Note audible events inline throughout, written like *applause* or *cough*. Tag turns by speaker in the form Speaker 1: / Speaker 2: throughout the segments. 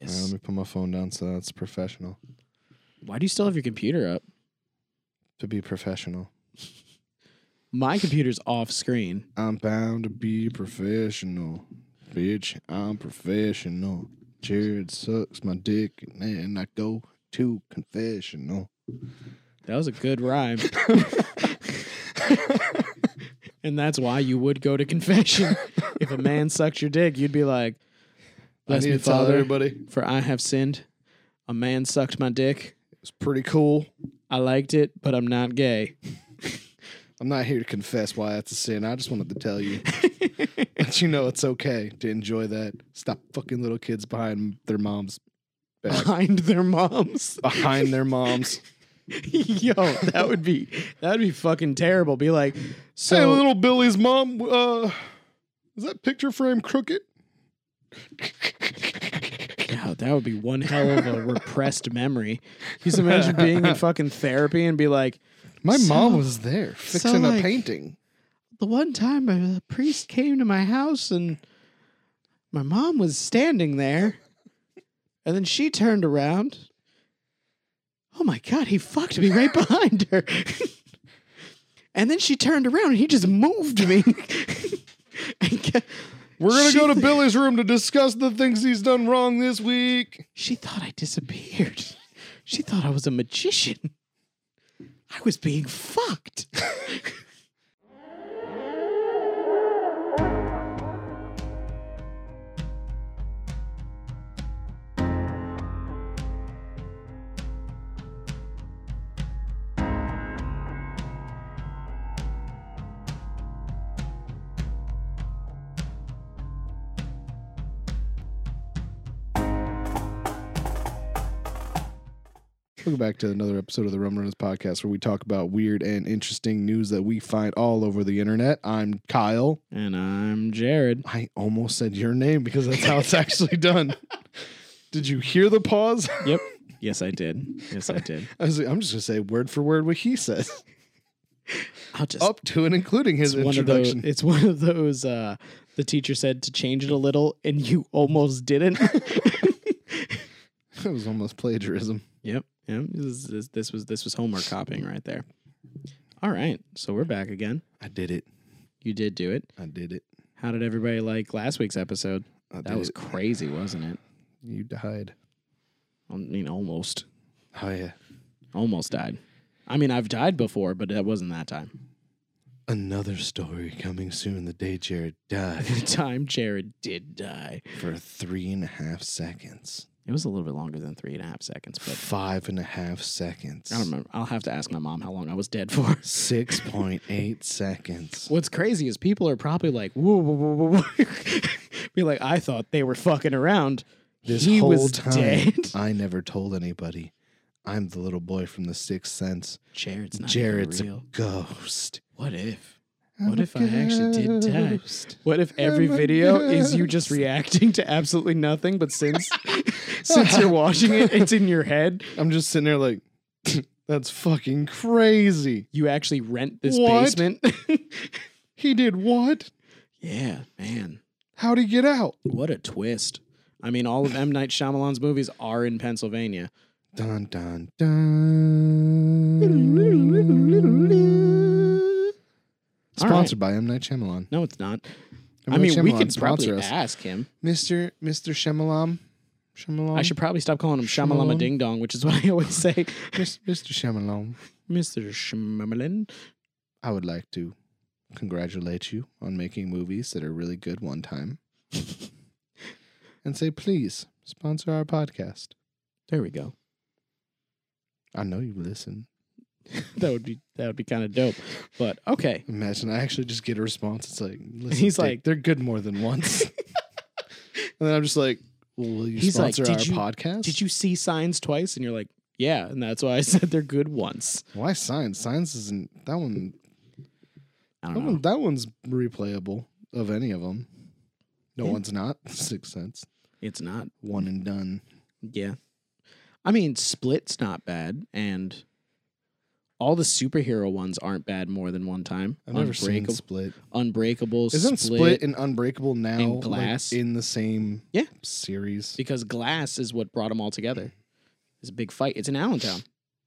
Speaker 1: me put my phone down so that's professional.
Speaker 2: Why do you still have your computer up?
Speaker 1: To be professional.
Speaker 2: My computer's off screen.
Speaker 1: I'm bound to be professional. Bitch, I'm professional. Jared sucks my dick and then I go to confessional.
Speaker 2: That was a good
Speaker 1: *laughs*
Speaker 2: rhyme. and that's why you would go to confession. If a man sucked your dick, you'd be like, Bless
Speaker 1: I need
Speaker 2: me,
Speaker 1: to tell
Speaker 2: Father,
Speaker 1: everybody. It
Speaker 2: for I have sinned. A man sucked my dick.
Speaker 1: was pretty cool.
Speaker 2: I liked it, but I'm not gay.
Speaker 1: I'm not here to confess why that's a sin. I just wanted to tell
Speaker 2: *laughs*
Speaker 1: you. Let you know it's okay to enjoy that. Stop fucking little kids behind their mom's back.
Speaker 2: Behind
Speaker 1: *laughs*
Speaker 2: their moms.
Speaker 1: behind their moms.
Speaker 2: Yo, that would be that would be fucking terrible. Be like, so
Speaker 1: hey, little Billy's mom, uh, is that picture frame crooked?
Speaker 2: Yeah, that would be one hell of a repressed memory. Just imagine being in fucking therapy and be like,
Speaker 1: My
Speaker 2: So-
Speaker 1: mom was there fixing
Speaker 2: like-
Speaker 1: a painting.
Speaker 2: the one time a priest came to my house and my mom was standing there, and then she turned around. Oh my god, he fucked me right behind her. *laughs* and then she turned around and he just moved me. *laughs* And ca-
Speaker 1: We're gonna
Speaker 2: She-
Speaker 1: go *laughs* to Billy's room to discuss the things he's done wrong this week.
Speaker 2: She thought I disappeared. *laughs* She thought I was a magician. I was being fucked. *laughs*
Speaker 1: Welcome back to another episode of the Rum Runners podcast where we talk about weird and interesting news that we find all over the internet. I'm Kyle.
Speaker 2: And I'm Jared.
Speaker 1: I almost said your name because that's how it's *laughs* actually done. Did you hear the pause? *laughs*
Speaker 2: Yep. Yes, I did. Yes, I did.
Speaker 1: I was, I'm just gonna say word for word what he says,
Speaker 2: I'll just
Speaker 1: up to and including his
Speaker 2: it's one of those
Speaker 1: introduction.
Speaker 2: it's one of those uh the teacher said to change it a little and you almost didn't. *laughs*
Speaker 1: It was almost plagiarism.
Speaker 2: yep. Yep. This, is- this, this was this was homework copying right there. All right. So we're back again.
Speaker 1: I did it.
Speaker 2: You did do it.
Speaker 1: I did it.
Speaker 2: How did everybody like last week's episode?
Speaker 1: I
Speaker 2: That
Speaker 1: did
Speaker 2: was
Speaker 1: it.
Speaker 2: crazy, wasn't it?
Speaker 1: You died.
Speaker 2: I mean almost.
Speaker 1: Oh yeah.
Speaker 2: Almost died. I mean, I've died before, but that wasn't that time. *laughs*
Speaker 1: Another story coming soon. The day Jared
Speaker 2: *laughs*
Speaker 1: died
Speaker 2: The time Jared did die.
Speaker 1: for three and a half seconds.
Speaker 2: It was a little bit longer than three and a half seconds, but
Speaker 1: Five and a half seconds.
Speaker 2: I don't remember. I'll have to ask my mom how long I was dead for. *laughs*
Speaker 1: Six point eight seconds.
Speaker 2: What's crazy is people are probably like, whoa, whoa, whoa, whoa, *laughs* whoa. Be like, I thought they were fucking around.
Speaker 1: This
Speaker 2: he
Speaker 1: whole
Speaker 2: was
Speaker 1: time,
Speaker 2: dead.
Speaker 1: *laughs* I never told anybody. I'm the little boy from the Sixth Sense.
Speaker 2: Jared's not
Speaker 1: Jared's
Speaker 2: Jared's
Speaker 1: a
Speaker 2: real.
Speaker 1: ghost.
Speaker 2: What if?
Speaker 1: I'm
Speaker 2: What
Speaker 1: a
Speaker 2: if I actually did die?
Speaker 1: ghost.
Speaker 2: What if every
Speaker 1: I'm a
Speaker 2: *laughs* video is you just
Speaker 1: ghost.
Speaker 2: reacting to absolutely nothing, but *laughs* since since you're watching it, it's in your head.
Speaker 1: I'm just sitting there like, *laughs* that's fucking crazy.
Speaker 2: You actually rent this
Speaker 1: What?
Speaker 2: basement. *laughs*
Speaker 1: He did what?
Speaker 2: yeah, man.
Speaker 1: How'd he get out?
Speaker 2: What a twist. I mean, all of M. Night Shyamalan's movies are in Pennsylvania.
Speaker 1: Dun dun dun.
Speaker 2: All right.
Speaker 1: Sponsored by M Night Shyamalan.
Speaker 2: No, it's not.
Speaker 1: M.
Speaker 2: I mean,
Speaker 1: Night
Speaker 2: we
Speaker 1: Shyamalan,
Speaker 2: could probably
Speaker 1: sponsor us.
Speaker 2: ask him.
Speaker 1: Mr. Mr. Shyamalan. Shyamalan.
Speaker 2: I should probably stop calling him Shyamalama
Speaker 1: Um, Shyamalan?
Speaker 2: Ding Dong, which is what I always say.
Speaker 1: Mis- Mr. Shyamalan.
Speaker 2: Mr. Shyamalin.
Speaker 1: I would like to congratulate you on making movies that are really good one
Speaker 2: *laughs*
Speaker 1: time, and say please sponsor our podcast.
Speaker 2: There we go.
Speaker 1: I know you listen.
Speaker 2: That would be that would be kind of dope. But okay.
Speaker 1: Imagine I actually just get a response. It's
Speaker 2: *laughs*
Speaker 1: like, listen,
Speaker 2: He's
Speaker 1: Dick,
Speaker 2: like-
Speaker 1: they're good more than
Speaker 2: *laughs*
Speaker 1: once. *laughs* and then I'm just like, well, will you
Speaker 2: He's like,
Speaker 1: sponsor
Speaker 2: "Did
Speaker 1: our
Speaker 2: you-
Speaker 1: podcast?
Speaker 2: Did you see signs twice? And you're like, yeah, and that's why I *laughs* said they're good once.
Speaker 1: Why science? Science isn't that one.
Speaker 2: I
Speaker 1: That,
Speaker 2: don't know.
Speaker 1: one that one's replayable of any of them. No
Speaker 2: Yeah.
Speaker 1: one's not. *laughs* Sixth Sense.
Speaker 2: It's not.
Speaker 1: One and done.
Speaker 2: Yeah. I mean, Split's not bad, and all the superhero ones aren't bad more than one time.
Speaker 1: I've never seen
Speaker 2: Unbreakable-
Speaker 1: Split.
Speaker 2: Unbreakable.
Speaker 1: Isn't Split,
Speaker 2: Split,
Speaker 1: and Unbreakable now
Speaker 2: and
Speaker 1: like,
Speaker 2: Glass?
Speaker 1: in the same
Speaker 2: Yeah.
Speaker 1: series?
Speaker 2: because Glass is what brought them all together. It's a big fight. It's in Allentown.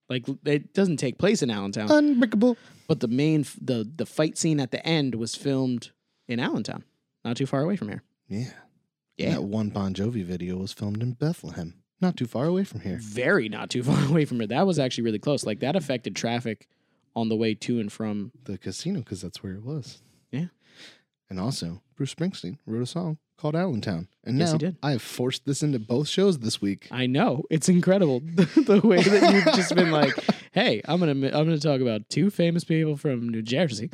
Speaker 2: Like it doesn't take place in Allentown,
Speaker 1: Uh. Unbreakable.
Speaker 2: but the main f- the the fight scene at the end was filmed in Allentown, not too far away from here.
Speaker 1: Yeah.
Speaker 2: Yeah.
Speaker 1: That one Bon Jovi video was filmed in Bethlehem, not too far away from here.
Speaker 2: Very not too *laughs* far away from here. That was actually really close. Like that affected traffic on the way to and from.
Speaker 1: The casino, because that's where it was.
Speaker 2: Yeah.
Speaker 1: And also, Bruce Springsteen wrote a song called Allentown. And
Speaker 2: Yes,
Speaker 1: now
Speaker 2: he did.
Speaker 1: I have forced this into both shows this
Speaker 2: *laughs*
Speaker 1: week.
Speaker 2: I know it's incredible *laughs* the, the way that you've just been like, "Hey, I'm gonna I'm gonna talk about two famous people from New Jersey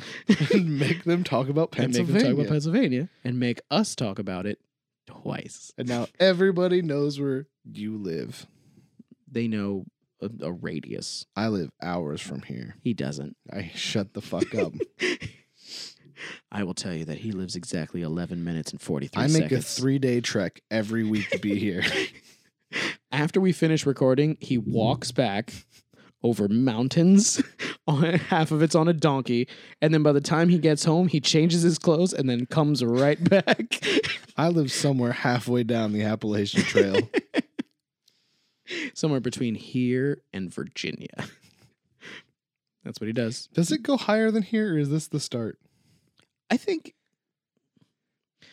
Speaker 1: and make them talk about
Speaker 2: and make them
Speaker 1: Pennsylvania.
Speaker 2: talk
Speaker 1: And,
Speaker 2: about Pennsylvania and make us talk about it twice."
Speaker 1: now everybody knows where you live.
Speaker 2: they know a, a radius.
Speaker 1: I live hours from here.
Speaker 2: He *laughs* doesn't.
Speaker 1: I shut the fuck
Speaker 2: *laughs*
Speaker 1: up.
Speaker 2: I will tell you that he lives exactly 11 minutes and 43
Speaker 1: I make a
Speaker 2: seconds.
Speaker 1: three day trek every week to be
Speaker 2: *laughs*
Speaker 1: here.
Speaker 2: After we finish recording, he walks back over mountains. *laughs* on, half of it's on a donkey. And then by the time he gets home, he changes his clothes and then comes right *laughs* back.
Speaker 1: I live somewhere halfway down the Appalachian Trail.
Speaker 2: *laughs* Somewhere between here and Virginia. *laughs* That's what he does.
Speaker 1: Does it go higher than here, or is this the start?
Speaker 2: I think,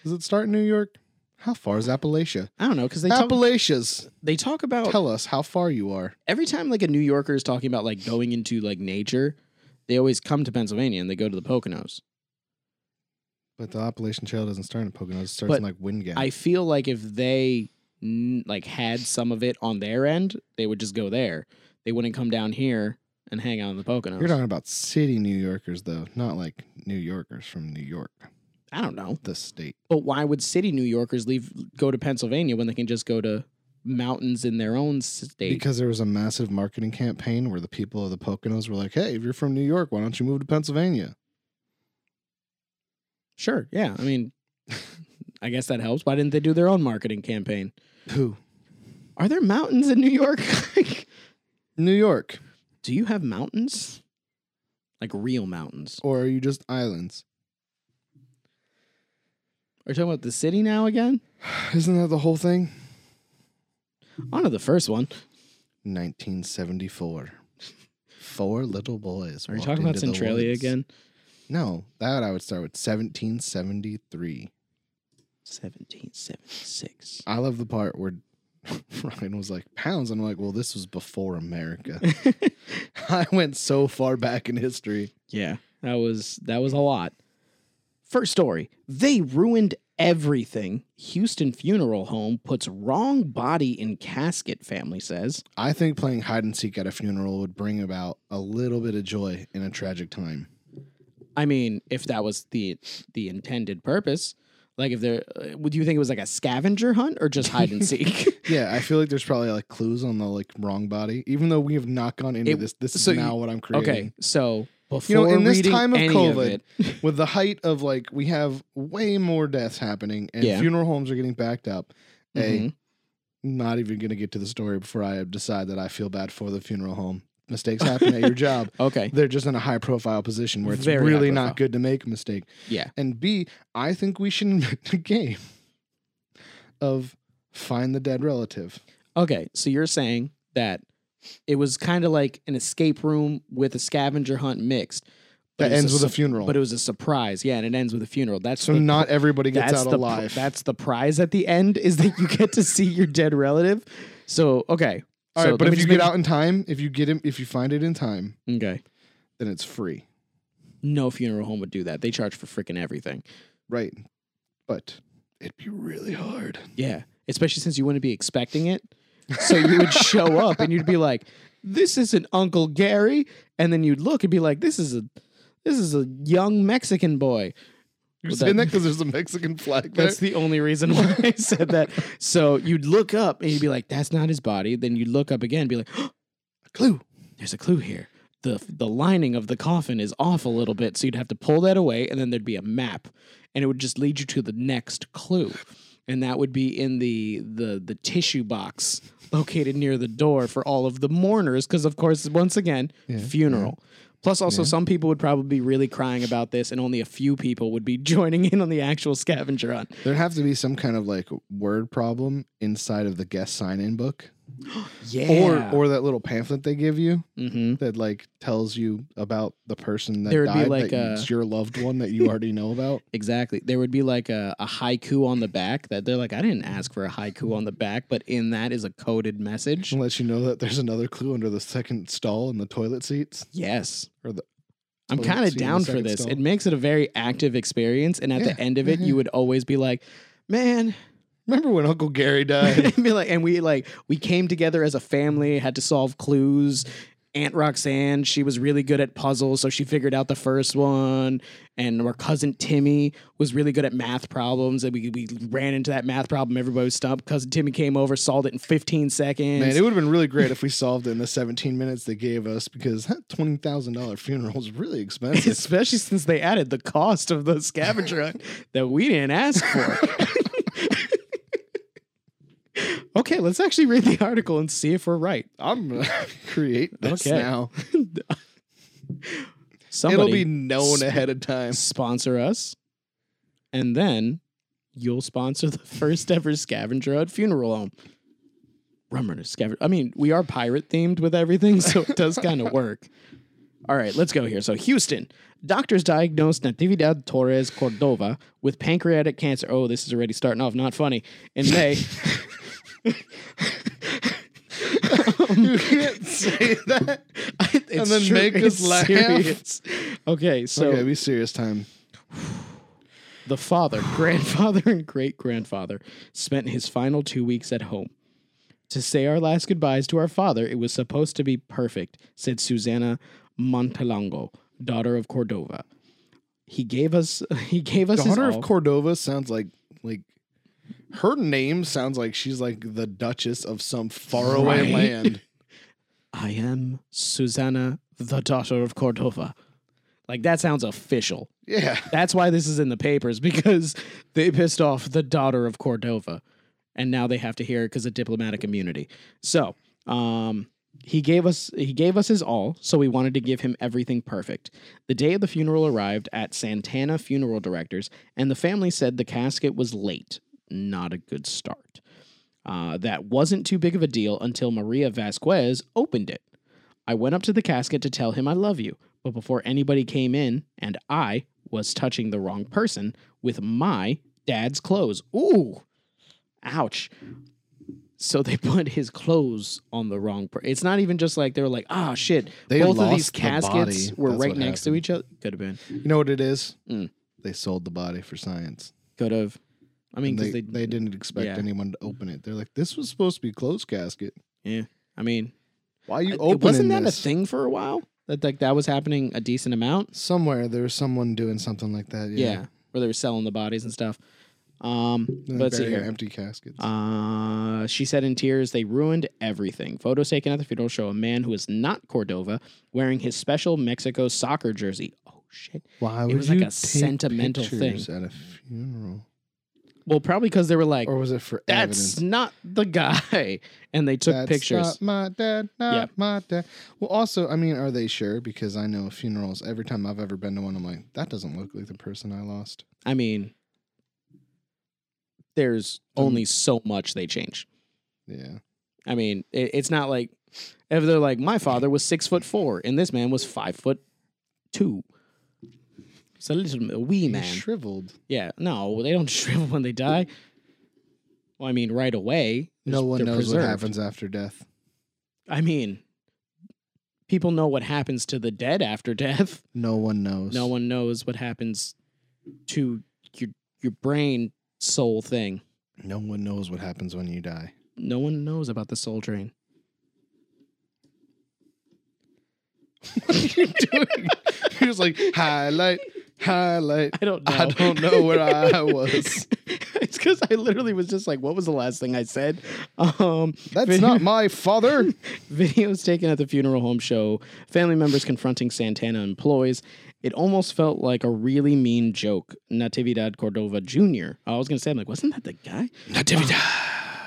Speaker 1: Does it start in New York? How far is Appalachia?
Speaker 2: I don't know, because they, talk,
Speaker 1: Appalachias,
Speaker 2: they talk about
Speaker 1: tell us how far you are.
Speaker 2: every time like a New Yorker is talking about like going into like nature, they always come to Pennsylvania and they go to the Poconos.
Speaker 1: But the Appalachian Trail doesn't start in Poconos; it starts
Speaker 2: But
Speaker 1: in like Windgap.
Speaker 2: I feel like if they n- like had some of it on their end, they would just go there. They wouldn't come down here and hang out in the Poconos.
Speaker 1: You're talking about city New Yorkers, though, not like New Yorkers from New York,
Speaker 2: I don't know,
Speaker 1: the state.
Speaker 2: but why would city New Yorkers leave go to Pennsylvania when they can just go to mountains in their own state?
Speaker 1: Because there was a massive marketing campaign where the people of the Poconos were like, "Hey, if you're from New York, why don't you move to Pennsylvania?"
Speaker 2: sure, yeah. I mean, *laughs* I guess that helps. Why didn't they do their own marketing campaign?
Speaker 1: Who?
Speaker 2: Are there mountains in New York? *laughs* Like,
Speaker 1: New York,
Speaker 2: Do you have mountains? Like real mountains?
Speaker 1: or are you just islands? *sighs*
Speaker 2: Are you talking about the city now again?
Speaker 1: Isn't that the whole thing?
Speaker 2: On to the first one.
Speaker 1: 1974. Four little boys.
Speaker 2: Are you
Speaker 1: walked
Speaker 2: talking about
Speaker 1: into the
Speaker 2: Centralia
Speaker 1: woods.
Speaker 2: again?
Speaker 1: No, that I would start with 1773.
Speaker 2: 1776.
Speaker 1: I love the part where *laughs* Ryan was like, pounds. I'm like, well, this was before
Speaker 2: *laughs*
Speaker 1: America. *laughs* I went so far back in history.
Speaker 2: yeah, that was that was a lot. First story. They ruined everything. Houston funeral home puts wrong body in casket, family says.
Speaker 1: I think playing hide and seek at a funeral would bring about a little bit of joy in a tragic time.
Speaker 2: I mean, if that was the the intended purpose, like if there uh, would you think it was like a scavenger hunt or just
Speaker 1: *laughs*
Speaker 2: hide and seek?
Speaker 1: Yeah, I feel like there's probably like clues on the like wrong body, even though we have not gone into
Speaker 2: It-
Speaker 1: this. This
Speaker 2: so
Speaker 1: is
Speaker 2: you-
Speaker 1: now what I'm creating.
Speaker 2: Okay, so before
Speaker 1: You know, in this
Speaker 2: reading
Speaker 1: time of
Speaker 2: any
Speaker 1: COVID,
Speaker 2: it,
Speaker 1: with the height of like we have way more deaths happening and
Speaker 2: Yeah.
Speaker 1: funeral homes are getting backed up. Hey,
Speaker 2: Mhm.
Speaker 1: not even gonna get to the story before I decide that I feel bad for the funeral home. Mistakes happen at your job.
Speaker 2: okay,
Speaker 1: They're just in a high profile position where it's
Speaker 2: Very high
Speaker 1: really
Speaker 2: profile.
Speaker 1: not good to make a mistake.
Speaker 2: yeah,
Speaker 1: And B, I think we should *laughs* invent a game of find the dead relative.
Speaker 2: okay. So you're saying that it was kind of like an escape room with a scavenger hunt mixed,
Speaker 1: That
Speaker 2: it was
Speaker 1: ends with a
Speaker 2: sup-
Speaker 1: funeral.
Speaker 2: But it was a surprise, yeah, and it ends with a funeral. That's
Speaker 1: so
Speaker 2: the,
Speaker 1: not everybody
Speaker 2: that's
Speaker 1: gets out
Speaker 2: the,
Speaker 1: alive.
Speaker 2: That's the prize at the end is that you get to *laughs* see your dead relative. So okay,
Speaker 1: all
Speaker 2: so
Speaker 1: right, but
Speaker 2: let
Speaker 1: if
Speaker 2: me
Speaker 1: you
Speaker 2: just
Speaker 1: get
Speaker 2: make-
Speaker 1: out in time, if you get him if you find it in time,
Speaker 2: okay,
Speaker 1: then it's free.
Speaker 2: no funeral home would do that. They charge for freaking everything.
Speaker 1: Right. But it'd be really hard.
Speaker 2: Yeah, especially since you wouldn't be expecting it. So you *laughs* would show up and you'd be like, "This isn't Uncle Gary," and then you'd look and be like, "This is a, this is a young Mexican boy."
Speaker 1: You're
Speaker 2: Well,
Speaker 1: saying
Speaker 2: that-
Speaker 1: that because there's a Mexican flag there.
Speaker 2: That's the only reason why I said that. *laughs* So you'd look up and you'd be like, "That's not his body." Then you'd look up again, and be like,
Speaker 1: clue.
Speaker 2: "There's a clue here." The, the lining of the coffin is off a little bit, so you'd have to pull that away, and then there'd be a map, and it would just lead you to the next clue. and that would be in the the the tissue box located near the door for all of the mourners because of course once again
Speaker 1: Yeah,
Speaker 2: funeral plus also
Speaker 1: Yeah.
Speaker 2: some people would probably be really crying about this and only a few people would be *laughs* joining in on the actual scavenger hunt
Speaker 1: There'd have to be some kind of like word problem inside of the guest sign in book.
Speaker 2: yeah
Speaker 1: Or or that little pamphlet they give you
Speaker 2: Mhm.
Speaker 1: that like tells you about the person that
Speaker 2: There would be
Speaker 1: died
Speaker 2: like
Speaker 1: that
Speaker 2: a-
Speaker 1: it's your loved one that
Speaker 2: *laughs*
Speaker 1: you already know about.
Speaker 2: exactly there would be like a, a haiku on the back that they're like i didn't ask for a haiku on the back but in that is a coded message
Speaker 1: And let you know that there's another clue under the second stall in the toilet seats.
Speaker 2: yes
Speaker 1: Or the
Speaker 2: I'm
Speaker 1: toilet
Speaker 2: kind of
Speaker 1: seat in the
Speaker 2: down for
Speaker 1: second
Speaker 2: this.
Speaker 1: stall.
Speaker 2: It makes it a very active experience, and at
Speaker 1: Yeah, Mm-hmm.
Speaker 2: the end of it,
Speaker 1: yeah, yeah.
Speaker 2: you would always be like, "Man,"
Speaker 1: Remember when Uncle Gary *laughs*
Speaker 2: *laughs*
Speaker 1: died?
Speaker 2: be like, and we like we came together as a family, had to solve clues. Aunt Roxanne, she was really good at puzzles, so she figured out the first one. And our cousin Timmy was really good at math problems, and we we ran into that math problem. Everybody was stumped. Cousin Timmy came over, solved it in 15 seconds.
Speaker 1: Man, it would have been really great if we solved it in the 17 minutes they gave us because that $20,000 funeral is really
Speaker 2: *laughs*
Speaker 1: expensive.
Speaker 2: especially since they added the cost of the scavenger hunt that we didn't ask for. *laughs* okay, let's actually read the article and see if we're right.
Speaker 1: I'm going to *laughs* create this
Speaker 2: Okay.
Speaker 1: now.
Speaker 2: Somebody
Speaker 1: It'll be known
Speaker 2: sp-
Speaker 1: ahead of
Speaker 2: *laughs*
Speaker 1: time. *laughs*
Speaker 2: sponsor us, and then you'll sponsor the *laughs* first ever scavenger hunt funeral home. Rum runner scavenger. I mean, we are pirate themed with everything, so
Speaker 1: *laughs*
Speaker 2: it does kind of work. All right, let's go here. So, Houston doctors diagnosed Natividad Torres Cordova with pancreatic cancer. Oh, this is already starting off not funny.
Speaker 1: *laughs*
Speaker 2: In May,
Speaker 1: You can't say that.
Speaker 2: and
Speaker 1: then make us laugh.
Speaker 2: Okay, so
Speaker 1: okay, be serious time.
Speaker 2: The father, *laughs* grandfather, and great grandfather spent his final two weeks at home. To say our last goodbyes to our father, it was supposed to be perfect, said Susanna Montalongo, daughter of Cordova. He gave us *laughs* he gave us his
Speaker 1: Daughter of
Speaker 2: all.
Speaker 1: Cordova sounds like like her name sounds like she's like the Duchess of some faraway
Speaker 2: Right?
Speaker 1: land.
Speaker 2: I am Susanna, the daughter of Cordova. Like that sounds official.
Speaker 1: Yeah.
Speaker 2: That's why this is in the papers because they pissed off the daughter of Cordova, and now they have to hear it because of diplomatic immunity. So, um, he gave us he gave us his all, so we wanted to give him everything perfect. The day of the funeral arrived at Santana Funeral Directors, and the family said the casket was late. Not a good start. Uh, that wasn't too big of a deal until Maria Vasquez opened it. I went up to the casket to tell him I love you, but before anybody came in, and I was touching the wrong person with my dad's clothes. Ooh, ouch. So they *laughs* put his clothes on the wrong person. It's not even just like they were like, ah, shit.
Speaker 1: They
Speaker 2: Both of
Speaker 1: lost
Speaker 2: these
Speaker 1: the
Speaker 2: caskets
Speaker 1: body.
Speaker 2: were
Speaker 1: That's
Speaker 2: right
Speaker 1: what
Speaker 2: next to
Speaker 1: happened.
Speaker 2: each other. Could have been.
Speaker 1: You know what it is?
Speaker 2: Mm.
Speaker 1: They sold the body for science.
Speaker 2: Could have. I mean,
Speaker 1: And
Speaker 2: 'cause
Speaker 1: They,
Speaker 2: they,
Speaker 1: they, didn't expect
Speaker 2: yeah.
Speaker 1: anyone to open it. They're like, this was supposed to be closed casket.
Speaker 2: I mean,
Speaker 1: Why are you
Speaker 2: I-
Speaker 1: opening
Speaker 2: wasn't that
Speaker 1: this?
Speaker 2: a thing for a while? That like that was happening a decent amount.
Speaker 1: Somewhere there was someone doing something like that.
Speaker 2: Yeah.
Speaker 1: Yeah.
Speaker 2: where they were selling the bodies and stuff. Um,
Speaker 1: And
Speaker 2: let's see
Speaker 1: burying
Speaker 2: here.
Speaker 1: Empty caskets.
Speaker 2: Uh, she said in tears, they ruined everything. Photos taken at the funeral show a man who is not Cordova wearing his special Mexico soccer jersey. Oh, shit.
Speaker 1: Why
Speaker 2: it
Speaker 1: would
Speaker 2: was like
Speaker 1: you
Speaker 2: a
Speaker 1: take
Speaker 2: sentimental thing.
Speaker 1: pictures at a funeral,
Speaker 2: Well, probably because they were like,
Speaker 1: or was it for
Speaker 2: that's
Speaker 1: evidence?
Speaker 2: not the guy. *laughs* And they took
Speaker 1: That's
Speaker 2: pictures.
Speaker 1: Not my dad, not
Speaker 2: Yeah.
Speaker 1: my dad. Well, also, I mean, are they sure? Because I know funerals. Every time I've ever been to one, I'm like, that doesn't look like the person I lost.
Speaker 2: I mean, there's
Speaker 1: Um,
Speaker 2: only so much they change.
Speaker 1: Yeah,
Speaker 2: I mean, it, it's not like if they're like, my father was six foot four and this man was five foot two. It's a little a wee
Speaker 1: He
Speaker 2: man.
Speaker 1: shriveled.
Speaker 2: yeah, no, they don't *laughs* shrivel when they die. Well, I mean, right away.
Speaker 1: No
Speaker 2: They're-
Speaker 1: one
Speaker 2: they're
Speaker 1: knows
Speaker 2: preserved.
Speaker 1: what happens after death.
Speaker 2: I mean, people know what happens to the dead after death.
Speaker 1: No one knows.
Speaker 2: No one knows what happens to your your brain soul thing.
Speaker 1: No one knows what happens when you die. *laughs*
Speaker 2: No one knows about the soul drain. *laughs*
Speaker 1: What are you doing? He was like highlight, highlight.
Speaker 2: I don't know.
Speaker 1: I don't know where I
Speaker 2: *laughs*
Speaker 1: was.
Speaker 2: it's because I literally was just like, what was the last thing I said? Um,
Speaker 1: That's not my father.
Speaker 2: *laughs* Videos taken at the funeral home show family members confronting Santana employees. It almost felt like a really mean joke. Natividad Cordova Jr. I was going to say, I'm like, wasn't that the guy? *sighs*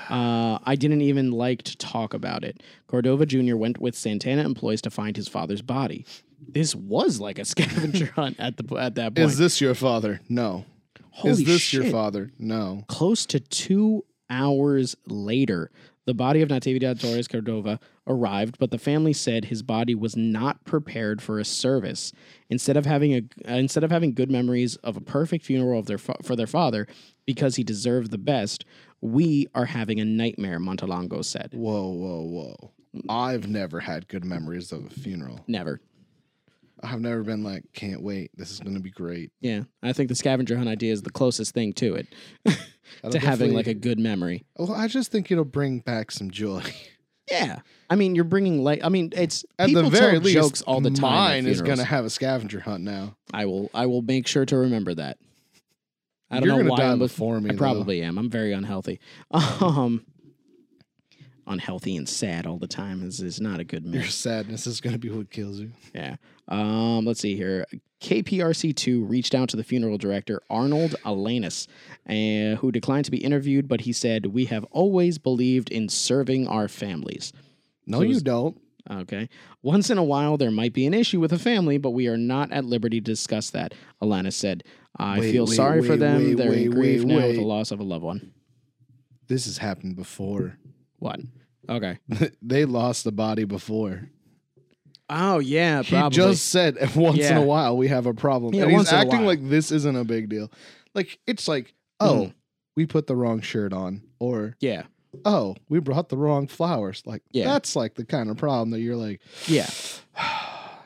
Speaker 2: Uh, I didn't even like to talk about it. Cordova Jr. went with Santana employees to find his father's body. This was like a scavenger *laughs* hunt at the at that point.
Speaker 1: Is this your father? No.
Speaker 2: Holy
Speaker 1: Is this
Speaker 2: shit.
Speaker 1: your father? No.
Speaker 2: Close to two hours later, the body of Natividad Torres Cordova arrived, but the family said his body was not prepared for a service. Instead of having a uh, instead of having good memories of a perfect funeral of their fa- for their father, because he deserved the best, we are having a nightmare. Montalongo said,
Speaker 1: Whoa, whoa, whoa. I've never had good memories of a funeral.
Speaker 2: "Never."
Speaker 1: I've never been like, can't wait. This is going to be great.
Speaker 2: Yeah, I think the scavenger hunt idea is the closest thing to it,
Speaker 1: That'll
Speaker 2: to having like
Speaker 1: definitely-
Speaker 2: a good memory.
Speaker 1: Well, I just think it'll bring back some joy. *laughs*
Speaker 2: Yeah, I mean, you're bringing like, I mean, it's
Speaker 1: At the
Speaker 2: people
Speaker 1: very
Speaker 2: tell
Speaker 1: least,
Speaker 2: jokes all the time. at
Speaker 1: Mine is
Speaker 2: funerals.
Speaker 1: going to have a scavenger hunt now.
Speaker 2: I will. I will make sure to remember that. I don't
Speaker 1: You're
Speaker 2: know
Speaker 1: gonna
Speaker 2: why
Speaker 1: die
Speaker 2: I'm with-
Speaker 1: before me.
Speaker 2: I
Speaker 1: though.
Speaker 2: probably am. I'm very unhealthy. *laughs* Um, unhealthy and sad all the time is, is not a good
Speaker 1: *laughs* Your
Speaker 2: mix.
Speaker 1: sadness is going to be what kills you.
Speaker 2: Yeah. Um, let's see here. KPRC2 reached out to the funeral director, Arnold Alanis, uh, who declined to be interviewed, but he said, We have always believed in serving our families.
Speaker 1: No,
Speaker 2: So
Speaker 1: you
Speaker 2: is-
Speaker 1: don't.
Speaker 2: Okay. Once in a while, there might be an issue with a family, but we are not at liberty to discuss that. Alana said, I
Speaker 1: Wait,
Speaker 2: feel
Speaker 1: wait,
Speaker 2: sorry for
Speaker 1: wait,
Speaker 2: them.
Speaker 1: wait,
Speaker 2: They're in
Speaker 1: wait,
Speaker 2: grief
Speaker 1: wait,
Speaker 2: now with the
Speaker 1: wait."
Speaker 2: loss of a loved one.
Speaker 1: This has happened before. *laughs*
Speaker 2: What? Okay.
Speaker 1: they lost the body before.
Speaker 2: Oh, yeah,
Speaker 1: He
Speaker 2: probably.
Speaker 1: just said *laughs* once in
Speaker 2: Yeah.
Speaker 1: a while we have a problem.
Speaker 2: Yeah,
Speaker 1: and he's
Speaker 2: once in a
Speaker 1: acting
Speaker 2: while.
Speaker 1: like this isn't a big deal. Like it's like, oh,
Speaker 2: Mm.
Speaker 1: we put the wrong shirt on. Or
Speaker 2: yeah.
Speaker 1: oh, we brought the wrong flowers. Like
Speaker 2: Yeah.
Speaker 1: that's like the kind of problem that you're like, *sighs*
Speaker 2: Yeah.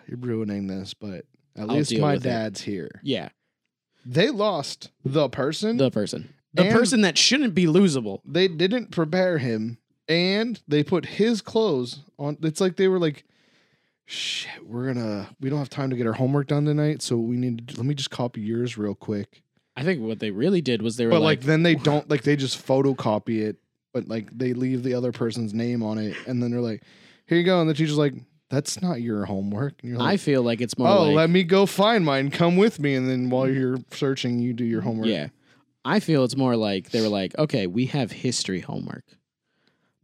Speaker 1: you're ruining this, but at
Speaker 2: I'll
Speaker 1: least
Speaker 2: deal
Speaker 1: my
Speaker 2: with it."
Speaker 1: dad's here.
Speaker 2: Yeah.
Speaker 1: They lost the person.
Speaker 2: The person. The
Speaker 1: And-
Speaker 2: person that shouldn't be losable.
Speaker 1: they didn't prepare him and they put his clothes on it's like they were like shit we're gonna we don't have time to get our homework done tonight so we need to let me just copy yours real quick
Speaker 2: I think what they really did was they were
Speaker 1: but like,
Speaker 2: like,
Speaker 1: then they don't like they just photocopy it but like they leave the other person's name on it and then they're like here you go and the teacher's like that's not your homework and you're
Speaker 2: I
Speaker 1: like
Speaker 2: feel like it's more
Speaker 1: oh
Speaker 2: like.
Speaker 1: let me go find mine come with me and then while you're searching you do your homework
Speaker 2: Yeah. I feel it's more like they were like, okay, we have history homework,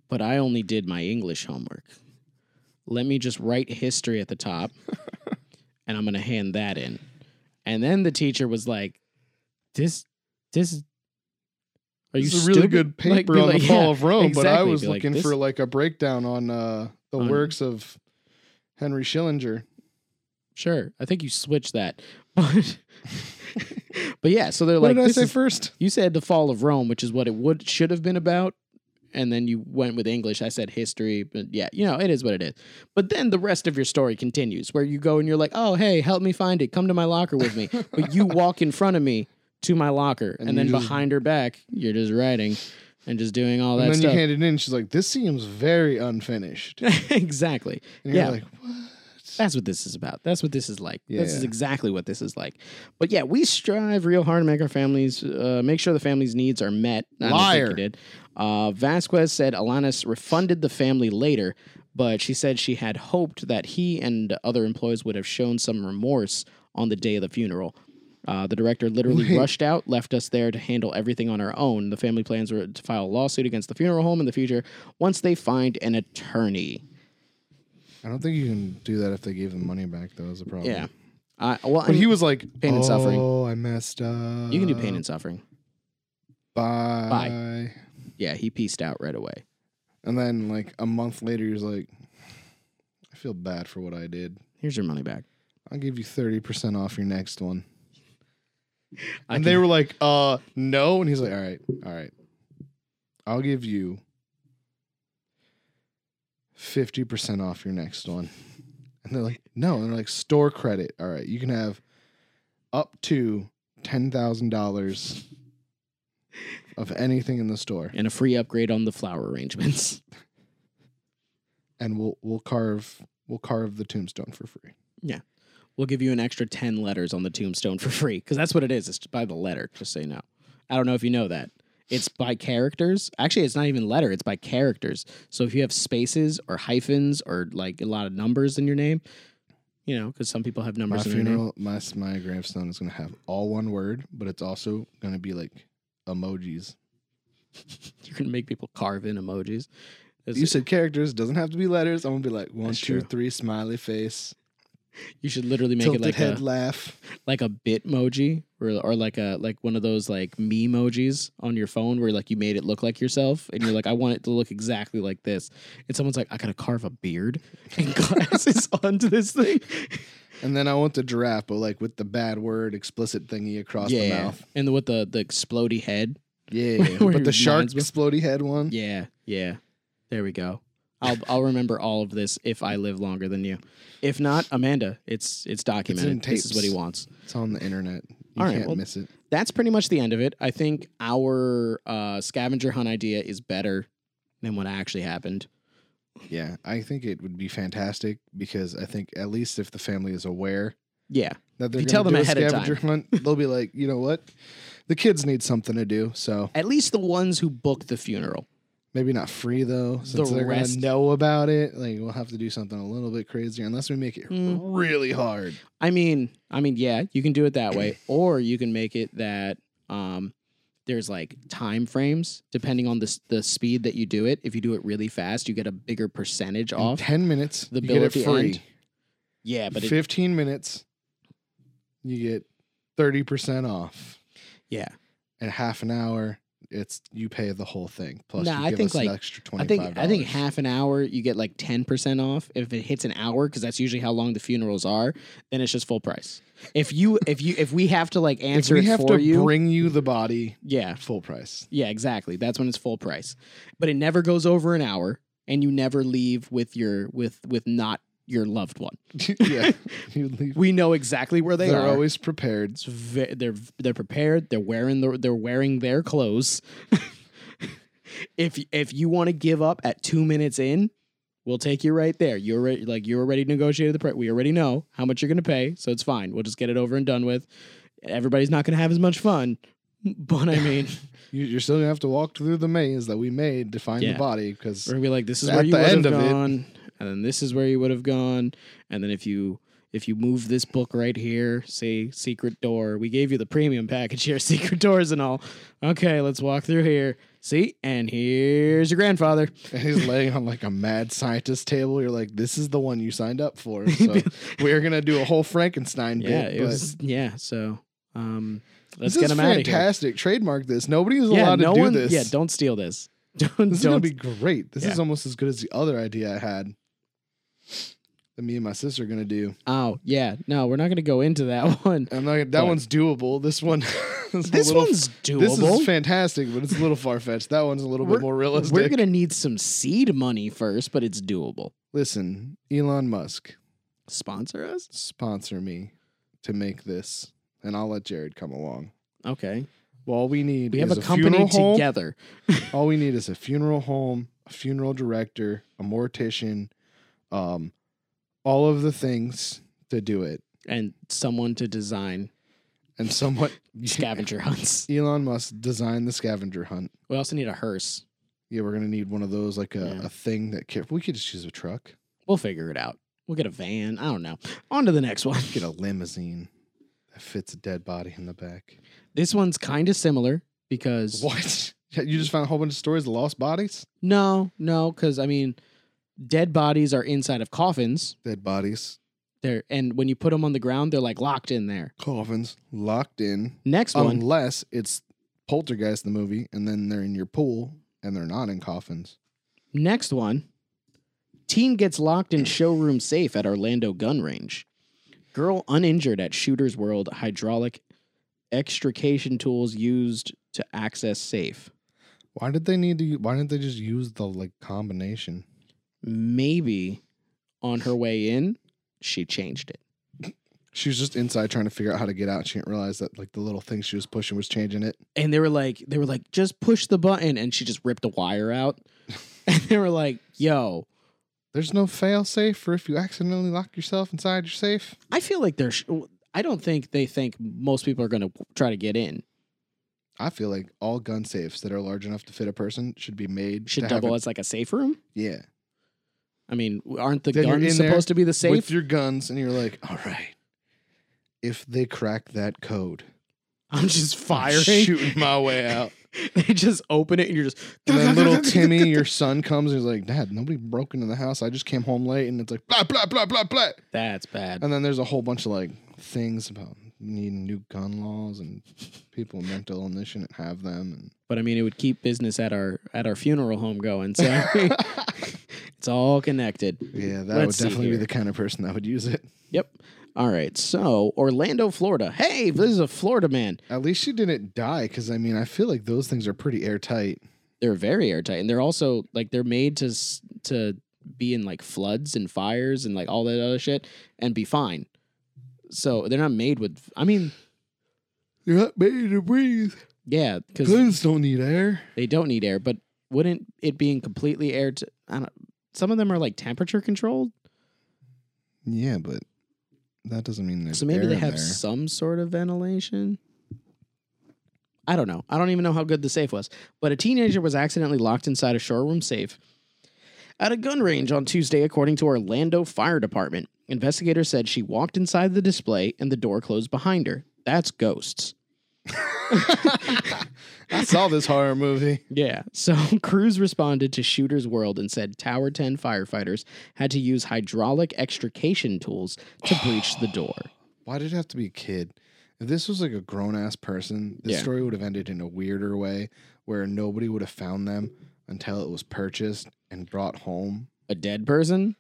Speaker 2: but I only did my English homework. Let me just write history at
Speaker 1: *laughs*
Speaker 2: the top and I'm going to hand that in. And then the teacher was like, this, this, are you
Speaker 1: It's a really
Speaker 2: stupid?
Speaker 1: good
Speaker 2: *laughs* Like,
Speaker 1: paper
Speaker 2: be
Speaker 1: on
Speaker 2: like,
Speaker 1: the fall
Speaker 2: yeah,
Speaker 1: of Rome, but I
Speaker 2: exactly.
Speaker 1: was
Speaker 2: Be like,
Speaker 1: looking
Speaker 2: this-
Speaker 1: for like a breakdown on uh, the
Speaker 2: On-
Speaker 1: works of Henry Schillinger.
Speaker 2: Sure. I think you switched that. *laughs* But, but yeah, so they're
Speaker 1: what
Speaker 2: like,
Speaker 1: did I
Speaker 2: this
Speaker 1: say
Speaker 2: is-
Speaker 1: first?
Speaker 2: You said the fall of Rome, which is what it would should have been about, and then you went with English. I said history, but yeah, you know, it is what it is. But then the rest of your story continues where you go and you're like, "Oh, hey, help me find it. Come to my locker with
Speaker 1: *laughs*
Speaker 2: me." but you walk in front of me to my locker, and,
Speaker 1: And you
Speaker 2: then
Speaker 1: just-
Speaker 2: behind her back, you're just writing and just doing all
Speaker 1: And
Speaker 2: that
Speaker 1: then you
Speaker 2: stuff.
Speaker 1: handed in. She's like, "This seems very unfinished."
Speaker 2: *laughs* exactly.
Speaker 1: And you're
Speaker 2: Yeah.
Speaker 1: like, "What?"
Speaker 2: That's what this is about. That's what this is like. This is
Speaker 1: Yeah.
Speaker 2: exactly what this is like. But yeah, we strive real hard to make our families, uh, make sure the family's needs are met. I don't think
Speaker 1: Liar.
Speaker 2: you did. Uh, Vasquez said Alanis refunded the family later, but she said she had hoped that he and other employees would have shown some remorse on the day of the funeral. Uh, the director literally
Speaker 1: Wait.
Speaker 2: rushed out, left us there to handle everything on our own. The family plans were to file a lawsuit against the funeral home in the future once they find an attorney.
Speaker 1: I don't think you can do that if they gave him money back. Though is a problem.
Speaker 2: Yeah. Uh, well,
Speaker 1: But he was like,
Speaker 2: Pain and suffering.
Speaker 1: Oh, I messed up.
Speaker 2: You can do pain and suffering.
Speaker 1: bye.
Speaker 2: Yeah, he pieced out right away.
Speaker 1: And then like a month later, he's like, "I feel bad for what I did.
Speaker 2: Here's your money back.
Speaker 1: I'll give you thirty percent off your next one."
Speaker 2: I
Speaker 1: and
Speaker 2: can-
Speaker 1: they were like, uh, no. And he's like, all right, all right. I'll give you 50% off your next one. And they're like, no. And they're like, store credit. All right. You can have up to $10,000 of anything in the store.
Speaker 2: and a free upgrade on the flower arrangements. *laughs*
Speaker 1: And we'll, we'll carve, we'll carve the tombstone for free.
Speaker 2: we'll give you an extra 10 letters on the tombstone for free because that's what it is. It's by the letter, just so you know. I don't know if you know that. It's by characters. Actually, it's not even letter, it's by characters. So if you have spaces or hyphens or like a lot of numbers in your name, you know, because some people have
Speaker 1: My
Speaker 2: numbers in their name. *laughs*
Speaker 1: funeral, my s- my gravestone is gonna have all one word, but it's also gonna be like emojis.
Speaker 2: You're going to make people carve in emojis. It's-
Speaker 1: You said characters doesn't have to be letters. I'm gonna be like one,
Speaker 2: That's
Speaker 1: two, three,
Speaker 2: true.
Speaker 1: smiley face,
Speaker 2: you should literally make it
Speaker 1: tilted
Speaker 2: like a,
Speaker 1: head, laugh.
Speaker 2: like a bitmoji or or like a like one of those like memojis on your phone where like you made it look like yourself and you're like I want it to look exactly like this and someone's like I gotta carve a beard and *laughs* glasses onto this thing
Speaker 1: And then I want the giraffe, but like with the bad word explicit thingy across the mouth.
Speaker 2: *laughs* and the, with the the explodey head
Speaker 1: Yeah,
Speaker 2: Where
Speaker 1: but the
Speaker 2: your
Speaker 1: shark
Speaker 2: mind's with-
Speaker 1: explodey head one.
Speaker 2: yeah yeah there we go I'll I'll remember all of this if I live longer than you if not Amanda it's it's documented this is
Speaker 1: tapes.
Speaker 2: what he wants
Speaker 1: It's on the internet. You
Speaker 2: All right,
Speaker 1: can't
Speaker 2: well-
Speaker 1: miss it.
Speaker 2: that's pretty much the end of it. I think our uh, scavenger hunt idea is better than what actually happened.
Speaker 1: Yeah, I think it would be fantastic because I think at least if the family is aware
Speaker 2: Yeah,
Speaker 1: that they're going
Speaker 2: you tell
Speaker 1: to
Speaker 2: them
Speaker 1: do a
Speaker 2: ahead of time.
Speaker 1: scavenger hunt, they'll be like, you know what, the kids need something to do. So
Speaker 2: at least the ones who booked the funeral.
Speaker 1: maybe not free though, since
Speaker 2: The
Speaker 1: they're going
Speaker 2: rest-
Speaker 1: to know about it. Like we'll have to do something a little bit crazier unless we make it
Speaker 2: Mm.
Speaker 1: really hard.
Speaker 2: I mean, I mean, yeah, you can do it that *clears throat* way, or you can make it that um, there's like time frames depending on the s- the speed that you do it. If you do it really fast, you get a bigger percentage
Speaker 1: In
Speaker 2: off.
Speaker 1: ten minutes,
Speaker 2: the
Speaker 1: you
Speaker 2: bill
Speaker 1: get
Speaker 2: at
Speaker 1: it
Speaker 2: the
Speaker 1: free.
Speaker 2: end, *laughs* Yeah, but it,
Speaker 1: Fifteen minutes, you get thirty percent off.
Speaker 2: yeah,
Speaker 1: And half an hour, it's you pay the whole thing. Plus,
Speaker 2: Nah,
Speaker 1: you
Speaker 2: I
Speaker 1: give
Speaker 2: think,
Speaker 1: us
Speaker 2: like-
Speaker 1: an extra
Speaker 2: I
Speaker 1: twenty five.
Speaker 2: think I think half an hour you get like ten percent off. If it hits an hour, because that's usually how long the funerals are, then it's just full price. If you if you if we have to like answer
Speaker 1: if we
Speaker 2: it
Speaker 1: have
Speaker 2: for
Speaker 1: to
Speaker 2: you,
Speaker 1: bring you the body
Speaker 2: yeah,
Speaker 1: full
Speaker 2: *laughs*
Speaker 1: price. *laughs*
Speaker 2: yeah, exactly. That's when it's full price, but it never goes over an hour, and you never leave with your with with not your loved one.
Speaker 1: yeah, you leave.
Speaker 2: We know exactly where they
Speaker 1: They are
Speaker 2: are.
Speaker 1: always prepared.
Speaker 2: It's ve- they're they're prepared. They're wearing the, they're wearing their clothes. *laughs* if if you want to give up at two minutes in, we'll take you right there. You're re- like you already negotiated the price. We already know how much you're going to pay, so it's fine. We'll just get it over and done with. Everybody's not going to have as much fun, *laughs* but I mean,
Speaker 1: You, you're still gonna have to walk through the maze that we made to find
Speaker 2: Yeah.
Speaker 1: the body because
Speaker 2: we're gonna be like, this is
Speaker 1: At
Speaker 2: where you
Speaker 1: the
Speaker 2: would have
Speaker 1: end of it.
Speaker 2: gone, and then this is where you would have gone, and then if you. If you move this book right here, say secret door. We gave you the premium package here, *laughs* secret doors and all. Okay, let's walk through here. See, and here's your grandfather.
Speaker 1: and he's laying on like a mad scientist table. You're like, this is the one you signed up
Speaker 2: *laughs*
Speaker 1: for. So we're gonna do a whole Frankenstein
Speaker 2: Yeah,
Speaker 1: bit.
Speaker 2: it
Speaker 1: but
Speaker 2: was. Yeah, so um, let's
Speaker 1: this
Speaker 2: get
Speaker 1: is
Speaker 2: him out of here.
Speaker 1: fantastic. Trademark this. Nobody's
Speaker 2: Yeah,
Speaker 1: allowed
Speaker 2: no
Speaker 1: to do
Speaker 2: one.
Speaker 1: this.
Speaker 2: Yeah, don't steal this. *laughs* Don't.
Speaker 1: This is gonna
Speaker 2: don't
Speaker 1: be great. This is
Speaker 2: Yeah.
Speaker 1: almost as good as the other idea I had that me and my sister are gonna do.
Speaker 2: oh yeah, no, we're not gonna go into that *laughs* one.
Speaker 1: I'm not. That
Speaker 2: But-
Speaker 1: one's doable. This one. *laughs* this is a
Speaker 2: This
Speaker 1: little-
Speaker 2: one's doable.
Speaker 1: This is fantastic, but it's a little far fetched. That one's a little
Speaker 2: We're-
Speaker 1: bit more realistic.
Speaker 2: We're gonna need some seed money first, but it's doable.
Speaker 1: Listen, Elon Musk,
Speaker 2: Sponsor us?
Speaker 1: sponsor me to make this, and I'll let Jared come along.
Speaker 2: Okay.
Speaker 1: Well, all we need
Speaker 2: We have
Speaker 1: is
Speaker 2: a company
Speaker 1: funeral
Speaker 2: together.
Speaker 1: home. All we need is a funeral home, a funeral director, a mortician, um, all of the things to do it,
Speaker 2: And someone to design
Speaker 1: and somewhat.
Speaker 2: *laughs* scavenger
Speaker 1: *laughs*
Speaker 2: hunts.
Speaker 1: Elon Musk designed the scavenger hunt.
Speaker 2: We also need a hearse.
Speaker 1: Yeah, we're gonna need one of those, like a,
Speaker 2: Yeah.
Speaker 1: a thing that can, we could just use a truck,
Speaker 2: We'll figure it out. We'll get a van. I don't know. On to the next one.
Speaker 1: get a limousine that fits a dead body in the
Speaker 2: *laughs*
Speaker 1: back.
Speaker 2: *laughs* This one's kind of similar because
Speaker 1: What? You just found a whole bunch of stories of lost bodies?
Speaker 2: no, no, because I mean, dead bodies are inside of coffins.
Speaker 1: Dead bodies,
Speaker 2: They're and when you put them on the ground, they're like locked in there.
Speaker 1: coffins, locked in.
Speaker 2: Next one,
Speaker 1: Unless it's Poltergeist, the movie, and then they're in your pool and they're not in coffins.
Speaker 2: Next one. Teen gets locked in showroom safe at Orlando gun range. Girl uninjured at Shooter's World hydraulic extrication tools used to access safe.
Speaker 1: Why did they need to? u- Why didn't they just use the like combination?
Speaker 2: Maybe on her way in, she changed it.
Speaker 1: She was just inside trying to figure out how to get out. She didn't realize that like the little thing she was pushing was changing it.
Speaker 2: And they were like, they were like, *laughs* just push the button. And she just ripped a wire out. and they were like, yo,
Speaker 1: There's no fail safe for if you accidentally lock yourself inside your safe.
Speaker 2: I feel like they're. Sh- I don't think they think most people are going to try to get in.
Speaker 1: I feel like all gun safes that are large enough to fit a person should be made to
Speaker 2: Should
Speaker 1: have
Speaker 2: double
Speaker 1: a-
Speaker 2: as like a safe room.
Speaker 1: yeah
Speaker 2: I mean, aren't the
Speaker 1: Then you're
Speaker 2: guns
Speaker 1: in there
Speaker 2: supposed to be the
Speaker 1: with
Speaker 2: safe?
Speaker 1: your guns, and you're like, all right, if they crack that code, *laughs*
Speaker 2: I'm just
Speaker 1: I'm
Speaker 2: firing.
Speaker 1: shooting my way out.
Speaker 2: *laughs* they just open it and you're
Speaker 1: *laughs*
Speaker 2: just.
Speaker 1: And then little *laughs* Timmy, your son, comes and he's like, Dad, nobody broke into the house. I just came home late, and it's like blah blah blah blah blah.
Speaker 2: That's bad.
Speaker 1: And then there's a whole bunch of like things about needing new gun laws and people with mental illness shouldn't have them. *laughs* And
Speaker 2: But I mean, it would keep business at our at our funeral home going. So
Speaker 1: *laughs*
Speaker 2: *laughs* it's all connected.
Speaker 1: yeah, that
Speaker 2: Let's see
Speaker 1: would definitely
Speaker 2: here.
Speaker 1: be the kind of person that would use it.
Speaker 2: Yep. All right. So Orlando, Florida. Hey, this is a Florida man.
Speaker 1: At least she didn't die, because I mean, I feel like those things are pretty airtight.
Speaker 2: They're very airtight, and they're also like they're made to s- to be in like floods and fires and like all that other shit and be fine. So they're not made with. I mean,
Speaker 1: They're not made to breathe.
Speaker 2: yeah, because
Speaker 1: Guns don't need air.
Speaker 2: They don't need air, but wouldn't it being completely air? To, I don't. Some of them are like temperature controlled,
Speaker 1: Yeah, but that doesn't mean there's
Speaker 2: so maybe
Speaker 1: air
Speaker 2: they
Speaker 1: in
Speaker 2: have
Speaker 1: there.
Speaker 2: some sort of ventilation. I don't know. I don't even know how good the safe was, but a teenager was accidentally locked inside a showroom safe at a gun range on Tuesday, according to Orlando Fire Department. Investigators said she walked inside the display and the door closed behind her. That's ghosts.
Speaker 1: *laughs* I saw this horror movie.
Speaker 2: Yeah. *laughs* So crews responded to Shooter's World and said Tower 10 firefighters had to use hydraulic extrication tools to breach the door.
Speaker 1: Why did it have to be a kid? If this was like a grown ass person, this
Speaker 2: Yeah.
Speaker 1: story would have ended in a weirder way where nobody would have found them until it was purchased and brought home.
Speaker 2: A dead person?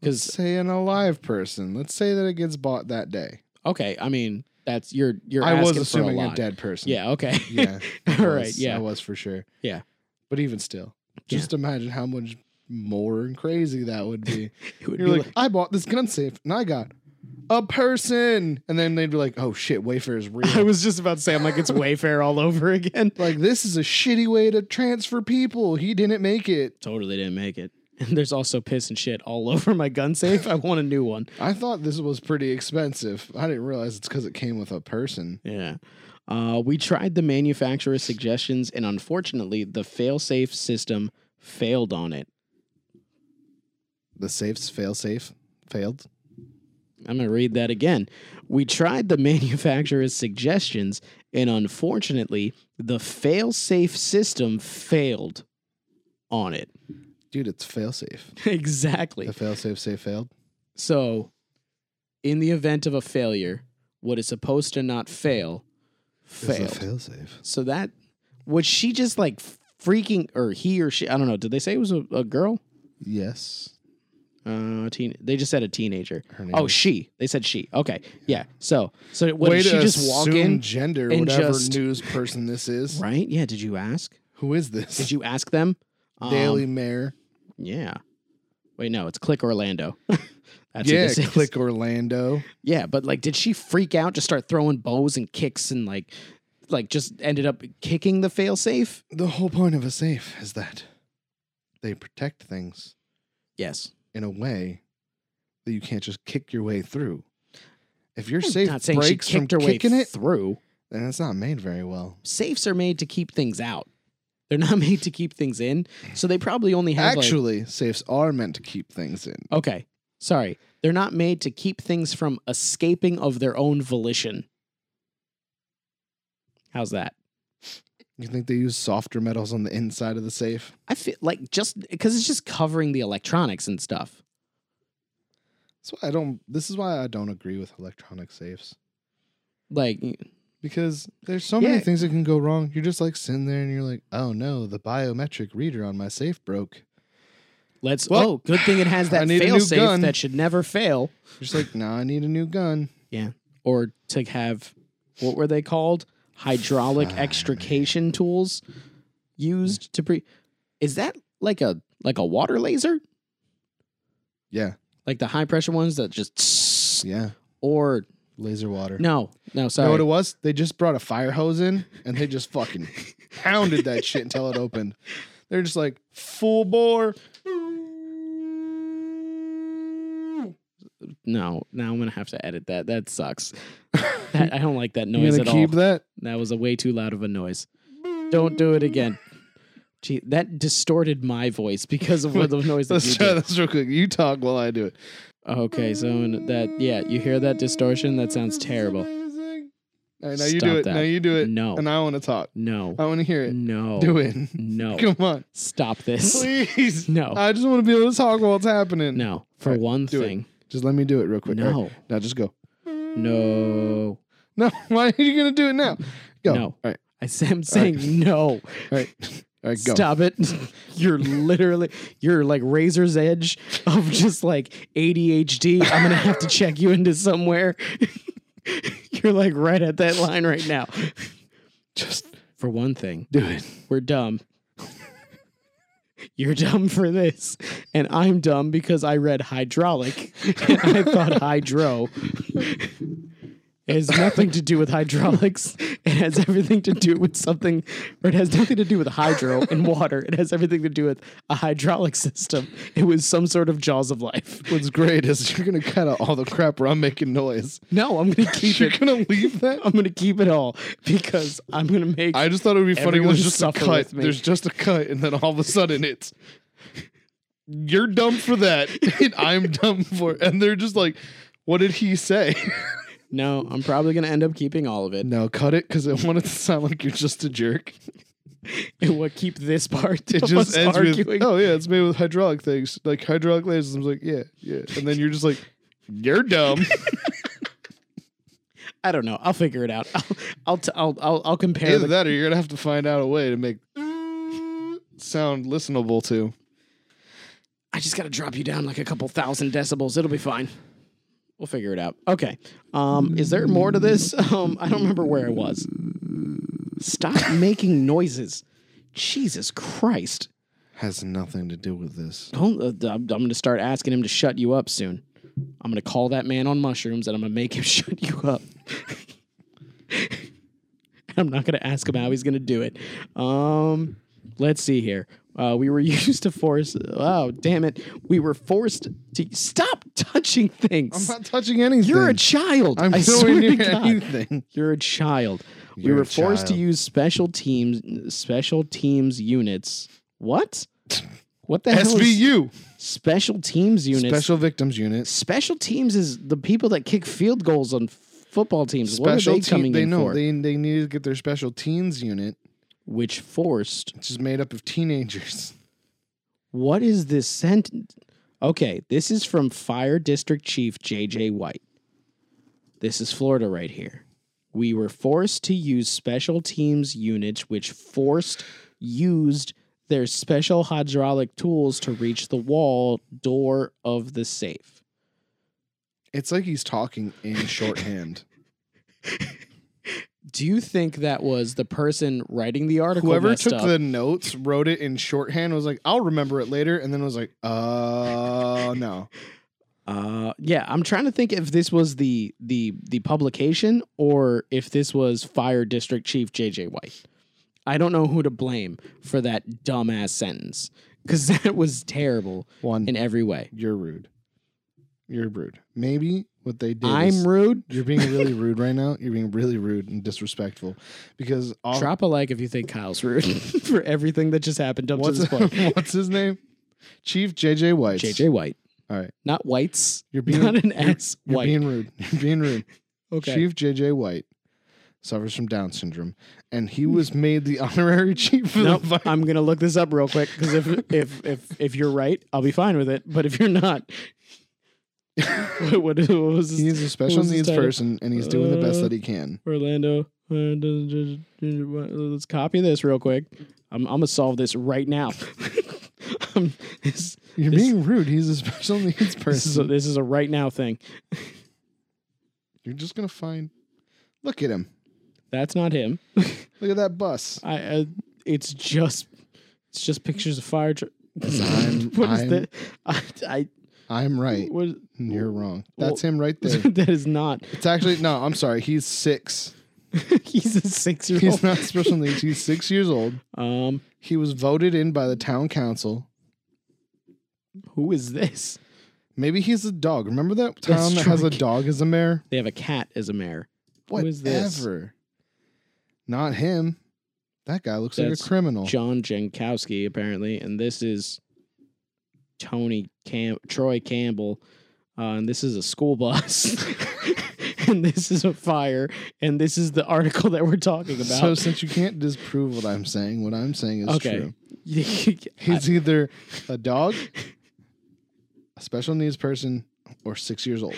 Speaker 1: Let's
Speaker 2: Because
Speaker 1: say an alive person. Let's say that it gets bought that day.
Speaker 2: okay, I mean that's you're you're
Speaker 1: I was
Speaker 2: asking
Speaker 1: assuming
Speaker 2: for
Speaker 1: a,
Speaker 2: lot.
Speaker 1: dead person.
Speaker 2: Yeah. Okay.
Speaker 1: *laughs* Yeah. I
Speaker 2: *laughs* All right.
Speaker 1: was.
Speaker 2: Yeah.
Speaker 1: I was for sure.
Speaker 2: Yeah.
Speaker 1: But even still,
Speaker 2: Yeah.
Speaker 1: just imagine how much more and crazy that would be.
Speaker 2: It *laughs* would
Speaker 1: You're
Speaker 2: be
Speaker 1: like, I bought this gun safe and I got a person. And then they'd be like, oh shit, Wayfair is real.
Speaker 2: like- *laughs* I was just about to say I'm like it's Wayfair all over *laughs* again.
Speaker 1: like, this is a shitty way to transfer people. He didn't make it.
Speaker 2: Totally didn't make it. *laughs* And there's also piss and shit all *laughs* over my gun safe. I want a new one.
Speaker 1: I thought this was pretty expensive. I didn't realize it's because it came with a person.
Speaker 2: Yeah. Uh, we tried the manufacturer's suggestions, and unfortunately, the fail-safe system failed on it.
Speaker 1: The safe's fail safe failed.
Speaker 2: I'm going to read that again. We tried the *laughs* manufacturer's suggestions, and unfortunately, the fail-safe system failed on it. *laughs*
Speaker 1: Dude, it's fail safe.
Speaker 2: exactly.
Speaker 1: The fail safe safe failed.
Speaker 2: So, in the event of a failure, what is supposed to not fail failed.
Speaker 1: fail safe.
Speaker 2: So that was she just like freaking, or he or she? I don't know. Did they say it was a, a girl?
Speaker 1: Yes.
Speaker 2: Uh, teen. They just said a teenager.
Speaker 1: Her name
Speaker 2: Oh,
Speaker 1: is-
Speaker 2: she. They said she. Okay, yeah. So, so what,
Speaker 1: Way
Speaker 2: did she
Speaker 1: to
Speaker 2: just walk
Speaker 1: assume
Speaker 2: in?
Speaker 1: gender,
Speaker 2: and
Speaker 1: whatever
Speaker 2: just-
Speaker 1: news person this is.
Speaker 2: *laughs* Right? Yeah. Did you ask?
Speaker 1: Who is this?
Speaker 2: Did you ask them?
Speaker 1: *laughs*
Speaker 2: Um,
Speaker 1: Daily Mayor.
Speaker 2: Yeah. Wait, no. It's
Speaker 1: *laughs*
Speaker 2: Click Orlando. That's who
Speaker 1: Yeah,
Speaker 2: this is.
Speaker 1: click Orlando.
Speaker 2: Yeah, but like, did she freak out? Just start throwing bows and kicks and like, like just ended up kicking the failsafe.
Speaker 1: The whole point of a safe is that they protect things
Speaker 2: Yes.
Speaker 1: in a way that you can't just kick your way through. If your
Speaker 2: I'm
Speaker 1: safe
Speaker 2: not saying she
Speaker 1: breaks from
Speaker 2: kicked her way
Speaker 1: kicking it,
Speaker 2: through.
Speaker 1: then it's not made very well.
Speaker 2: Safes are made to keep things out. They're not *laughs* made to keep things in. So they probably only have like,
Speaker 1: Actually, safes are meant to keep things in.
Speaker 2: Okay. Sorry. They're not made to keep things from escaping of their own volition. How's that?
Speaker 1: You think they use softer metals on the inside of the safe?
Speaker 2: I feel like just because it's just covering the electronics and stuff.
Speaker 1: That's why I don't. This is why I don't agree with electronic safes
Speaker 2: Like,
Speaker 1: because there's so
Speaker 2: Yeah.
Speaker 1: many things that can go wrong. You're just like sitting there and you're like, oh no, the biometric reader on my safe broke.
Speaker 2: let's.
Speaker 1: Well,
Speaker 2: oh, good thing it *laughs* has
Speaker 1: I
Speaker 2: that
Speaker 1: need a new
Speaker 2: fail safe
Speaker 1: gun.
Speaker 2: that should never fail.
Speaker 1: You're just like, nah, I need a new gun.
Speaker 2: Or to have, what were they called? *sighs* Hydraulic
Speaker 1: Fine.
Speaker 2: extrication tools used to pre. Is that like a like a water laser?
Speaker 1: Yeah,
Speaker 2: Like the high pressure ones that just.
Speaker 1: yeah.
Speaker 2: Or
Speaker 1: Laser water.
Speaker 2: no, no,
Speaker 1: You
Speaker 2: sorry.
Speaker 1: know what it was? They just brought a fire hose in and they just
Speaker 2: *laughs*
Speaker 1: fucking pounded that shit until it opened. They're just like full bore.
Speaker 2: No, now I'm gonna have to edit that.
Speaker 1: *laughs*
Speaker 2: That sucks. That, I don't like that
Speaker 1: you
Speaker 2: noise
Speaker 1: gonna
Speaker 2: at all.
Speaker 1: keep that?
Speaker 2: That was a way too loud of a noise. Don't do it again. Gee, that distorted my voice because of
Speaker 1: *laughs*
Speaker 2: what the noise that
Speaker 1: *laughs*
Speaker 2: you
Speaker 1: Let's try
Speaker 2: did.
Speaker 1: this real quick. You talk while I do it.
Speaker 2: Okay, so in that yeah, you hear that distortion? That sounds terrible.
Speaker 1: All right, now you
Speaker 2: Stop
Speaker 1: do it.
Speaker 2: that.
Speaker 1: Now you do it.
Speaker 2: No.
Speaker 1: And I want to talk.
Speaker 2: No.
Speaker 1: I want to hear it.
Speaker 2: No.
Speaker 1: Do it.
Speaker 2: No.
Speaker 1: Come on.
Speaker 2: *laughs* Stop this.
Speaker 1: Please.
Speaker 2: No.
Speaker 1: I just want to be able to talk while it's happening.
Speaker 2: No. For
Speaker 1: Alright,
Speaker 2: one
Speaker 1: do it.
Speaker 2: thing.
Speaker 1: Just let me do it real quick. All right,
Speaker 2: No.
Speaker 1: now just go.
Speaker 2: No.
Speaker 1: No. *laughs* Why are you going to do it now? Go.
Speaker 2: No.
Speaker 1: All right.
Speaker 2: I s- am saying no.
Speaker 1: All right. All right. Go.
Speaker 2: Stop it. *laughs* You're literally you're like razor's edge of just like ADHD. I'm gonna have to check you into somewhere. *laughs* you're like right at that line right now. *laughs*
Speaker 1: Just
Speaker 2: For one thing,
Speaker 1: do it.
Speaker 2: we're dumb. You're dumb for this, and I'm dumb because I read hydraulic. And I thought hydro. It has nothing to do with hydraulics. It has everything to do with something, or it has nothing to do with hydro and water. It has everything to do with a hydraulic system. It was some sort of jaws of life.
Speaker 1: What's great is you're going to cut out all the crap where I'm making noise.
Speaker 2: No, I'm gonna
Speaker 1: *laughs*
Speaker 2: keep
Speaker 1: You're
Speaker 2: it.
Speaker 1: going to leave that?
Speaker 2: I'm gonna keep it all because I'm gonna make.
Speaker 1: I just thought it would be funny. when
Speaker 2: Everyone
Speaker 1: There's just a
Speaker 2: suffer
Speaker 1: cut.
Speaker 2: with me.
Speaker 1: There's just a cut, and then all of a sudden it's you're dumb for that, *laughs* and I'm dumb for it. And they're just like, "What did he say?" *laughs*
Speaker 2: no, I'm probably gonna end up keeping all of it.
Speaker 1: no, cut it because I want it to sound like you're just a jerk.
Speaker 2: And what keep this part?
Speaker 1: *laughs* It
Speaker 2: of
Speaker 1: just
Speaker 2: us
Speaker 1: ends
Speaker 2: arguing.
Speaker 1: with, "Oh yeah, it's made with hydraulic things, like hydraulic lasers." I'm like, "Yeah, yeah," and then you're just like, "You're *laughs* dumb."
Speaker 2: I don't know. I'll figure it out. *laughs* I'll I'll t- I'll, I'll, I'll compare.
Speaker 1: Either
Speaker 2: the-
Speaker 1: that, or you're gonna have to find out a way to make sound listenable to.
Speaker 2: I just got to drop you down like a couple thousand decibels. It'll be fine. We'll figure it out. Okay. Um, is there more to this? *laughs* Um, I don't remember where I was. Stop making noises. Jesus Christ.
Speaker 1: Has nothing to do with this.
Speaker 2: Don't, uh, I'm, I'm going to start asking him to shut you up soon. I'm going to call that man on mushrooms and I'm going to make him *laughs* shut you up. I'm not going to ask him how he's going to do it. Um, let's see here. Uh, we were *laughs* used to force. Oh, damn it. We were forced to stop touching
Speaker 1: I'm
Speaker 2: things.
Speaker 1: not touching anything.
Speaker 2: You're a child.
Speaker 1: I'm
Speaker 2: I
Speaker 1: nowhere
Speaker 2: swear
Speaker 1: *laughs*
Speaker 2: to
Speaker 1: near
Speaker 2: God.
Speaker 1: anything.
Speaker 2: You're a child. we
Speaker 1: You're a
Speaker 2: were forced to
Speaker 1: child.
Speaker 2: use special teams, special teams units.
Speaker 1: *laughs*
Speaker 2: What? What the hell? is-
Speaker 1: SVU,
Speaker 2: special teams units.
Speaker 1: Special Victims Unit.
Speaker 2: Special teams is the people that kick field goals on f- football teams. what are
Speaker 1: Special
Speaker 2: they
Speaker 1: team.
Speaker 2: coming
Speaker 1: they
Speaker 2: in
Speaker 1: know
Speaker 2: for?
Speaker 1: they they need to get their Special Teens Unit,
Speaker 2: Which forced?
Speaker 1: which is made up of teenagers. *laughs*
Speaker 2: What is this sentence? Okay, this is from Fire District Chief J.J. White. This is Florida right here. We were forced to use special teams units, which forced used their special hydraulic tools to reach the wall door of the safe.
Speaker 1: It's like he's talking
Speaker 2: *laughs*
Speaker 1: in shorthand.
Speaker 2: Do you think that was the person writing the article?
Speaker 1: Whoever
Speaker 2: messed
Speaker 1: took
Speaker 2: up?
Speaker 1: the notes wrote it in shorthand. Was like, I'll remember it later, and then was like, uh, no.
Speaker 2: Uh, yeah, I'm trying to think if this was the the the publication or if this was Fire District Chief JJ White. I don't know who to blame for that dumbass sentence because *laughs* that was terrible
Speaker 1: One,
Speaker 2: in every way.
Speaker 1: you're rude. You're rude. Maybe what they did. is-
Speaker 2: I'm rude.
Speaker 1: you're being really rude right now. You're being really rude and disrespectful because all,
Speaker 2: Drop a like if you think Kyle's rude *laughs* for everything that just happened up
Speaker 1: what's *laughs*
Speaker 2: to this point.
Speaker 1: what's his name? Chief JJ White.
Speaker 2: JJ White,
Speaker 1: All right.
Speaker 2: not whites,
Speaker 1: You're being
Speaker 2: not an S
Speaker 1: You're
Speaker 2: white.
Speaker 1: being rude. *laughs* You're being rude.
Speaker 2: *laughs* okay,
Speaker 1: Chief JJ White suffers from Down syndrome, and he was made the *laughs* honorary chief of
Speaker 2: Hmm.
Speaker 1: *laughs*
Speaker 2: nope.
Speaker 1: the fire.
Speaker 2: I'm gonna look this up real quick because if if if if you're right, I'll be fine with it. But if you're not, *laughs* what, what, what was this?
Speaker 1: He's a special
Speaker 2: was his
Speaker 1: needs
Speaker 2: title?
Speaker 1: person, and he's doing the best
Speaker 2: Uh,
Speaker 1: that he can.
Speaker 2: Orlando? Orlando, Let's copy this real quick. I'm I'm gonna solve this right now. *laughs* um, this,
Speaker 1: You're
Speaker 2: this-
Speaker 1: being rude. He's a *laughs* special needs
Speaker 2: *laughs* this is
Speaker 1: person.
Speaker 2: a, this is a right now thing.
Speaker 1: You're just gonna find. Look at him.
Speaker 2: That's not him.
Speaker 1: Look at that bus.
Speaker 2: I. Uh, it's just it's just pictures of fire. Tr- *laughs* what is
Speaker 1: I'm- I'm-
Speaker 2: that? I, I
Speaker 1: I'm right.
Speaker 2: what,
Speaker 1: and You're wrong.
Speaker 2: Well-
Speaker 1: That's him
Speaker 2: *laughs*
Speaker 1: right there.
Speaker 2: that is not. *laughs*
Speaker 1: It's actually no. I'm sorry. He's six.
Speaker 2: He's a six year
Speaker 1: He's
Speaker 2: old.
Speaker 1: not special needs. He's six years old.
Speaker 2: Um,
Speaker 1: He was voted in by the town council.
Speaker 2: who is this?
Speaker 1: Maybe he's a dog. Remember that town that
Speaker 2: true.
Speaker 1: has a dog as a mayor?
Speaker 2: They have a cat as a mayor.
Speaker 1: Whatever.
Speaker 2: is this?
Speaker 1: Not him. That guy looks like
Speaker 2: That's
Speaker 1: a criminal.
Speaker 2: John Jankowski, apparently, and this is Tony Cam Troy Campbell, uh, and this is a school bus, *laughs* and this is a fire, and this is the article that we're talking
Speaker 1: So
Speaker 2: about.
Speaker 1: since you can't disprove what I'm saying, what I'm saying is
Speaker 2: okay,
Speaker 1: true.
Speaker 2: *laughs*
Speaker 1: He's either a dog, a special needs person, or six years
Speaker 2: *laughs*
Speaker 1: old.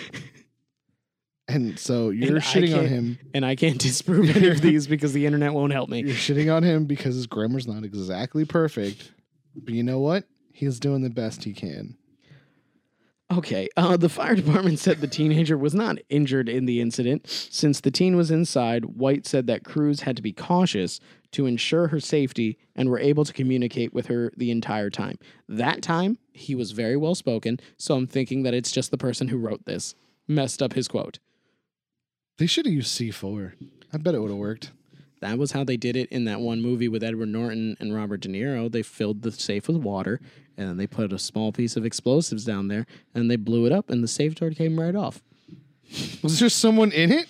Speaker 1: And so you're
Speaker 2: And I
Speaker 1: shitting on
Speaker 2: can't-
Speaker 1: him.
Speaker 2: and I can't disprove any of these because the internet won't help me.
Speaker 1: You're shitting on him because his grammar's not exactly perfect. But you know what? He's doing the best he can.
Speaker 2: Okay. Uh, the fire department said the teenager was not injured in the incident. Since the teen was inside, White said that crews had to be cautious to ensure her safety and were able to communicate with her the entire time. That time, he was very well spoken, so I'm thinking that it's just the person who wrote this messed up his quote.
Speaker 1: They should have used C4. I bet it would have worked.
Speaker 2: That was how they did it in that one movie with Edward Norton and Robert De Niro. They filled the safe with water and then they put a small piece of explosives down there and they blew it up and the safe door came right off.
Speaker 1: Was there someone in it?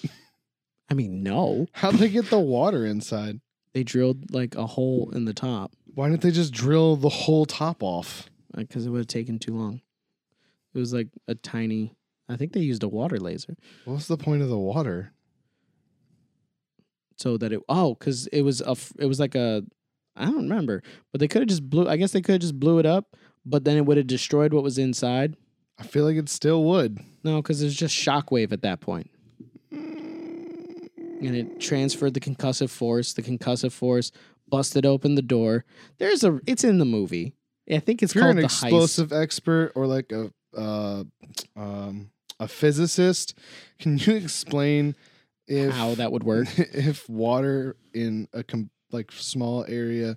Speaker 2: I mean, no.
Speaker 1: How'd they get the water inside?
Speaker 2: they drilled like a hole in the top
Speaker 1: Why didn't they just drill the whole top off?
Speaker 2: because it would have taken too long. It was like a tiny. I think they used a water laser
Speaker 1: What's the point of the water?
Speaker 2: so that it. Oh, because it was a. f- It was like a. I don't remember, but they could have just blew. I guess they could have just blew it up, but then it would have destroyed what was inside.
Speaker 1: I feel like it still would.
Speaker 2: No, because it was just shockwave at that point. And it transferred the concussive force. The concussive force busted open the door. There's a. It's in the movie. I think it's
Speaker 1: if you're
Speaker 2: called
Speaker 1: an
Speaker 2: the heist.
Speaker 1: explosive expert or like a uh, um, a physicist, can you explain if
Speaker 2: How that would work?
Speaker 1: *laughs* if water in a com- like small area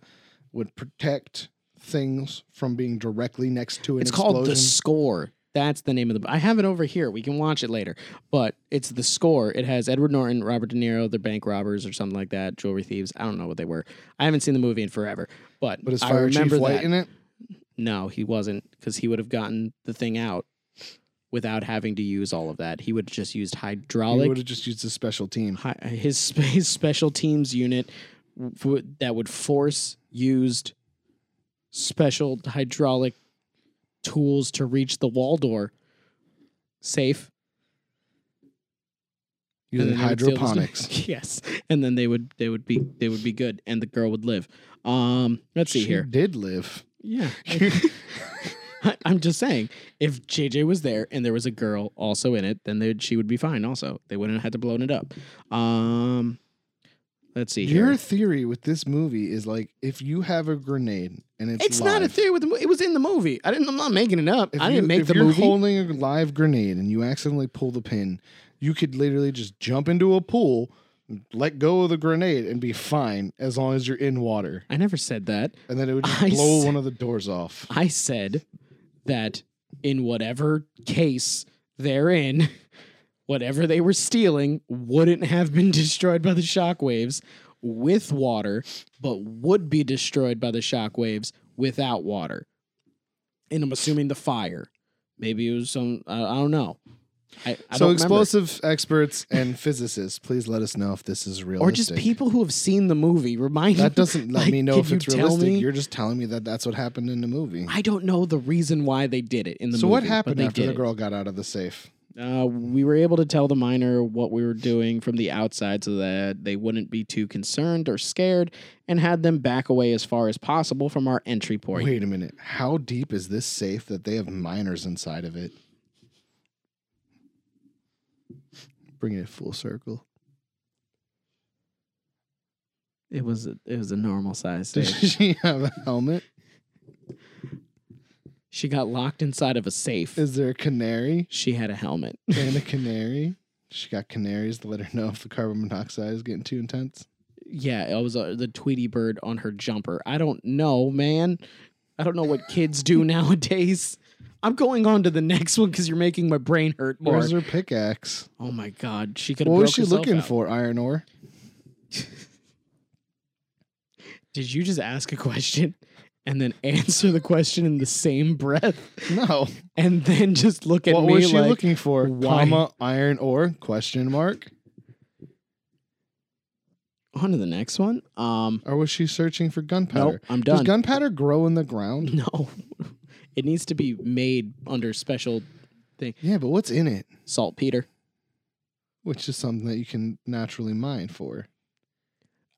Speaker 1: would protect things from being directly next to an
Speaker 2: It's
Speaker 1: explosion?
Speaker 2: called The Score. That's the name of the. I have it over here. We can watch it later. But it's The Score. It has Edward Norton, Robert De Niro. They're bank robbers or something like that. Jewelry thieves. I don't know what they were. I haven't seen the movie in forever. But,
Speaker 1: but is
Speaker 2: I
Speaker 1: Fire Chief
Speaker 2: remember
Speaker 1: White
Speaker 2: that.
Speaker 1: in it?
Speaker 2: No, he wasn't because he would have gotten the thing out without having to use all of that. He would have just used
Speaker 1: He would
Speaker 2: hydraulic.
Speaker 1: have just used a special team.
Speaker 2: Hi, his sp- *laughs* his special teams unit w- that would force used special hydraulic tools to reach the wall door safe and
Speaker 1: Using
Speaker 2: then they would steal the *laughs*
Speaker 1: hydroponics.
Speaker 2: stuff. yes and then they would they would be they would be good and the girl would live um let's see
Speaker 1: She
Speaker 2: here
Speaker 1: did
Speaker 2: *laughs*
Speaker 1: live.
Speaker 2: yeah I, i'm just saying if jj was there and there was a girl also in it then they, she would be fine also they wouldn't have had to blow it up um let's see here.
Speaker 1: Your theory with this movie is like if you have a grenade and it's
Speaker 2: It's not a
Speaker 1: live,
Speaker 2: theory with the movie. It was in the movie. I didn't. I'm not making it up.
Speaker 1: If
Speaker 2: I didn't
Speaker 1: you-
Speaker 2: make
Speaker 1: if
Speaker 2: the
Speaker 1: you're
Speaker 2: movie.
Speaker 1: holding a live grenade and you accidentally pull the pin, you could literally just jump into a pool, let go of the grenade, and be fine as long as you're in water.
Speaker 2: I never said that.
Speaker 1: And then it would just
Speaker 2: *laughs* I
Speaker 1: blow
Speaker 2: said-
Speaker 1: one of the doors off.
Speaker 2: I said that in whatever case they're in, *laughs* whatever they were stealing wouldn't have been *laughs* destroyed by the shockwaves with water, but would be destroyed by the shockwaves without water. And I'm assuming the fire. Maybe it was some. I I don't know. I,
Speaker 1: so
Speaker 2: I don't remember.
Speaker 1: explosive experts and physicists, please let us know if this is realistic.
Speaker 2: Or just people who have seen the movie remind
Speaker 1: That doesn't let
Speaker 2: Like,
Speaker 1: me know
Speaker 2: can
Speaker 1: if
Speaker 2: you
Speaker 1: it's
Speaker 2: tell
Speaker 1: realistic.
Speaker 2: me?
Speaker 1: You're just telling me that that's what happened in the movie.
Speaker 2: I don't know the reason why they did it in the
Speaker 1: so
Speaker 2: movie.
Speaker 1: what
Speaker 2: but
Speaker 1: happened
Speaker 2: they
Speaker 1: after
Speaker 2: did
Speaker 1: the
Speaker 2: it.
Speaker 1: girl got out of the safe?
Speaker 2: Uh, we were able to tell the miner what we were doing from the outside so that they wouldn't be too concerned or scared and had them back away as far as possible from our entry point.
Speaker 1: Wait a minute. How deep is this safe that they have miners inside of it? Bringing it full circle. *laughs*
Speaker 2: It was a, it was a normal size.
Speaker 1: Did
Speaker 2: safe.
Speaker 1: she have a helmet?
Speaker 2: she got locked inside of a safe.
Speaker 1: Is there a canary
Speaker 2: She had a helmet.
Speaker 1: and a canary? She got canaries to let her know if the carbon monoxide is getting too intense.
Speaker 2: yeah, it was uh, the Tweety bird on her jumper. I don't know, man. I don't know what
Speaker 1: *laughs*
Speaker 2: kids do nowadays. I'm going on to the next one because you're making my brain hurt more.
Speaker 1: Where's her pickaxe?
Speaker 2: Oh my god, she could.
Speaker 1: What
Speaker 2: have
Speaker 1: was she looking for? Iron ore.
Speaker 2: Did you just ask a question and then answer the question in the same breath *laughs*
Speaker 1: No.
Speaker 2: and then just look at
Speaker 1: what
Speaker 2: me
Speaker 1: was she
Speaker 2: like
Speaker 1: looking for?
Speaker 2: why-
Speaker 1: Comma, iron ore, question mark?
Speaker 2: on to the next one. Um
Speaker 1: Or was she searching for gunpowder?
Speaker 2: nope, I'm
Speaker 1: Does
Speaker 2: done. Mm-hmm.
Speaker 1: gunpowder grow in the ground?
Speaker 2: *laughs* no. It needs to be made under special
Speaker 1: Yeah, but what's in it?
Speaker 2: saltpeter.
Speaker 1: Which is something that you can naturally mine for.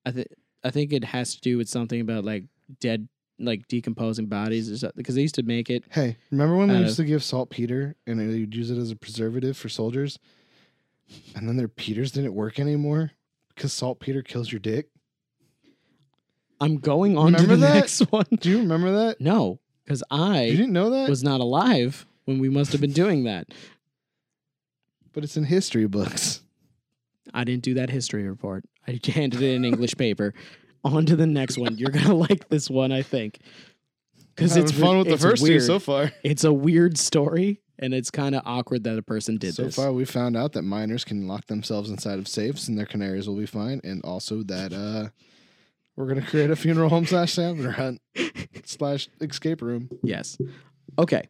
Speaker 2: I think I think it has to do with something about like dead like decomposing bodies or something because they used to make it
Speaker 1: Hey, remember when we
Speaker 2: Out
Speaker 1: used to
Speaker 2: of-
Speaker 1: give saltpeter and they would use it as a preservative for soldiers? And then their peters didn't work anymore because saltpeter kills your dick?
Speaker 2: I'm going on
Speaker 1: Remember
Speaker 2: to the
Speaker 1: that?
Speaker 2: next *laughs* one.
Speaker 1: Do you remember that?
Speaker 2: No, because
Speaker 1: You
Speaker 2: I
Speaker 1: didn't know that?
Speaker 2: was not alive when we must have been doing that.
Speaker 1: But it's in history
Speaker 2: *laughs*
Speaker 1: books.
Speaker 2: I didn't do that history report. I *laughs* handed it an English paper. On to the next one. You're gonna *laughs* like this one, I think, because
Speaker 1: Having
Speaker 2: it's
Speaker 1: fun
Speaker 2: re-
Speaker 1: with the
Speaker 2: it's
Speaker 1: first two
Speaker 2: weird.
Speaker 1: so far.
Speaker 2: It's a weird story, and it's kind of awkward that a person did
Speaker 1: so
Speaker 2: this.
Speaker 1: far, we found out that miners can lock themselves inside of safes and their canaries will be fine, and also that uh, we're gonna create a funeral home slash salmon
Speaker 2: *laughs*
Speaker 1: hunt slash escape room.
Speaker 2: Yes. Okay.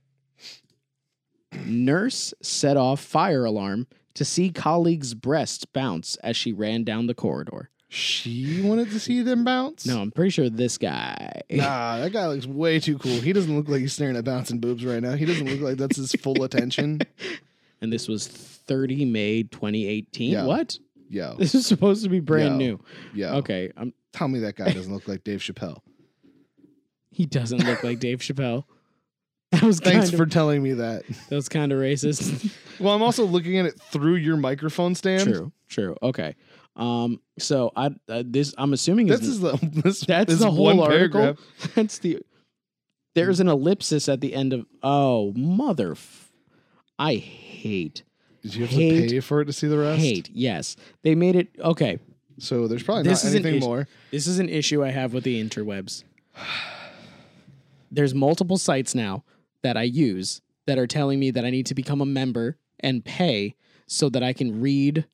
Speaker 2: Nurse set off fire alarm to see colleague's breast bounce as she ran down the corridor.
Speaker 1: She wanted to see them bounce.
Speaker 2: No, I'm pretty sure this guy.
Speaker 1: *laughs* Nah, that guy looks way too cool. He doesn't look like he's staring at bouncing boobs right now. He doesn't look like that's his full *laughs* attention.
Speaker 2: And this was 30 May 2018.
Speaker 1: Yeah.
Speaker 2: What?
Speaker 1: Yo,
Speaker 2: This is supposed to be brand
Speaker 1: Yo.
Speaker 2: new.
Speaker 1: yo.
Speaker 2: Okay. Um,
Speaker 1: Tell me that guy doesn't look like Dave *laughs* Chappelle.
Speaker 2: he doesn't look
Speaker 1: *laughs*
Speaker 2: like Dave Chappelle. That was kind
Speaker 1: Thanks
Speaker 2: of
Speaker 1: for telling me that.
Speaker 2: that was kind
Speaker 1: *laughs*
Speaker 2: of racist.
Speaker 1: Well, I'm also looking at it through your microphone stand.
Speaker 2: true. True. Okay. Um so I uh, this I'm assuming
Speaker 1: This
Speaker 2: is
Speaker 1: is the *laughs* this,
Speaker 2: That's
Speaker 1: this
Speaker 2: the
Speaker 1: one
Speaker 2: whole article.
Speaker 1: paragraph.
Speaker 2: *laughs* That's the. There's an ellipsis at the end of. Oh mother, f- I hate
Speaker 1: Did you have
Speaker 2: Hate-
Speaker 1: to pay for it to see the rest?
Speaker 2: hate. Yes, they made it. Okay,
Speaker 1: So there's probably
Speaker 2: This
Speaker 1: not
Speaker 2: is an
Speaker 1: anything
Speaker 2: issue.
Speaker 1: more.
Speaker 2: this is an issue I have with the interwebs. There's multiple sites now that I use that are telling me that I need to become a member and pay so that I can read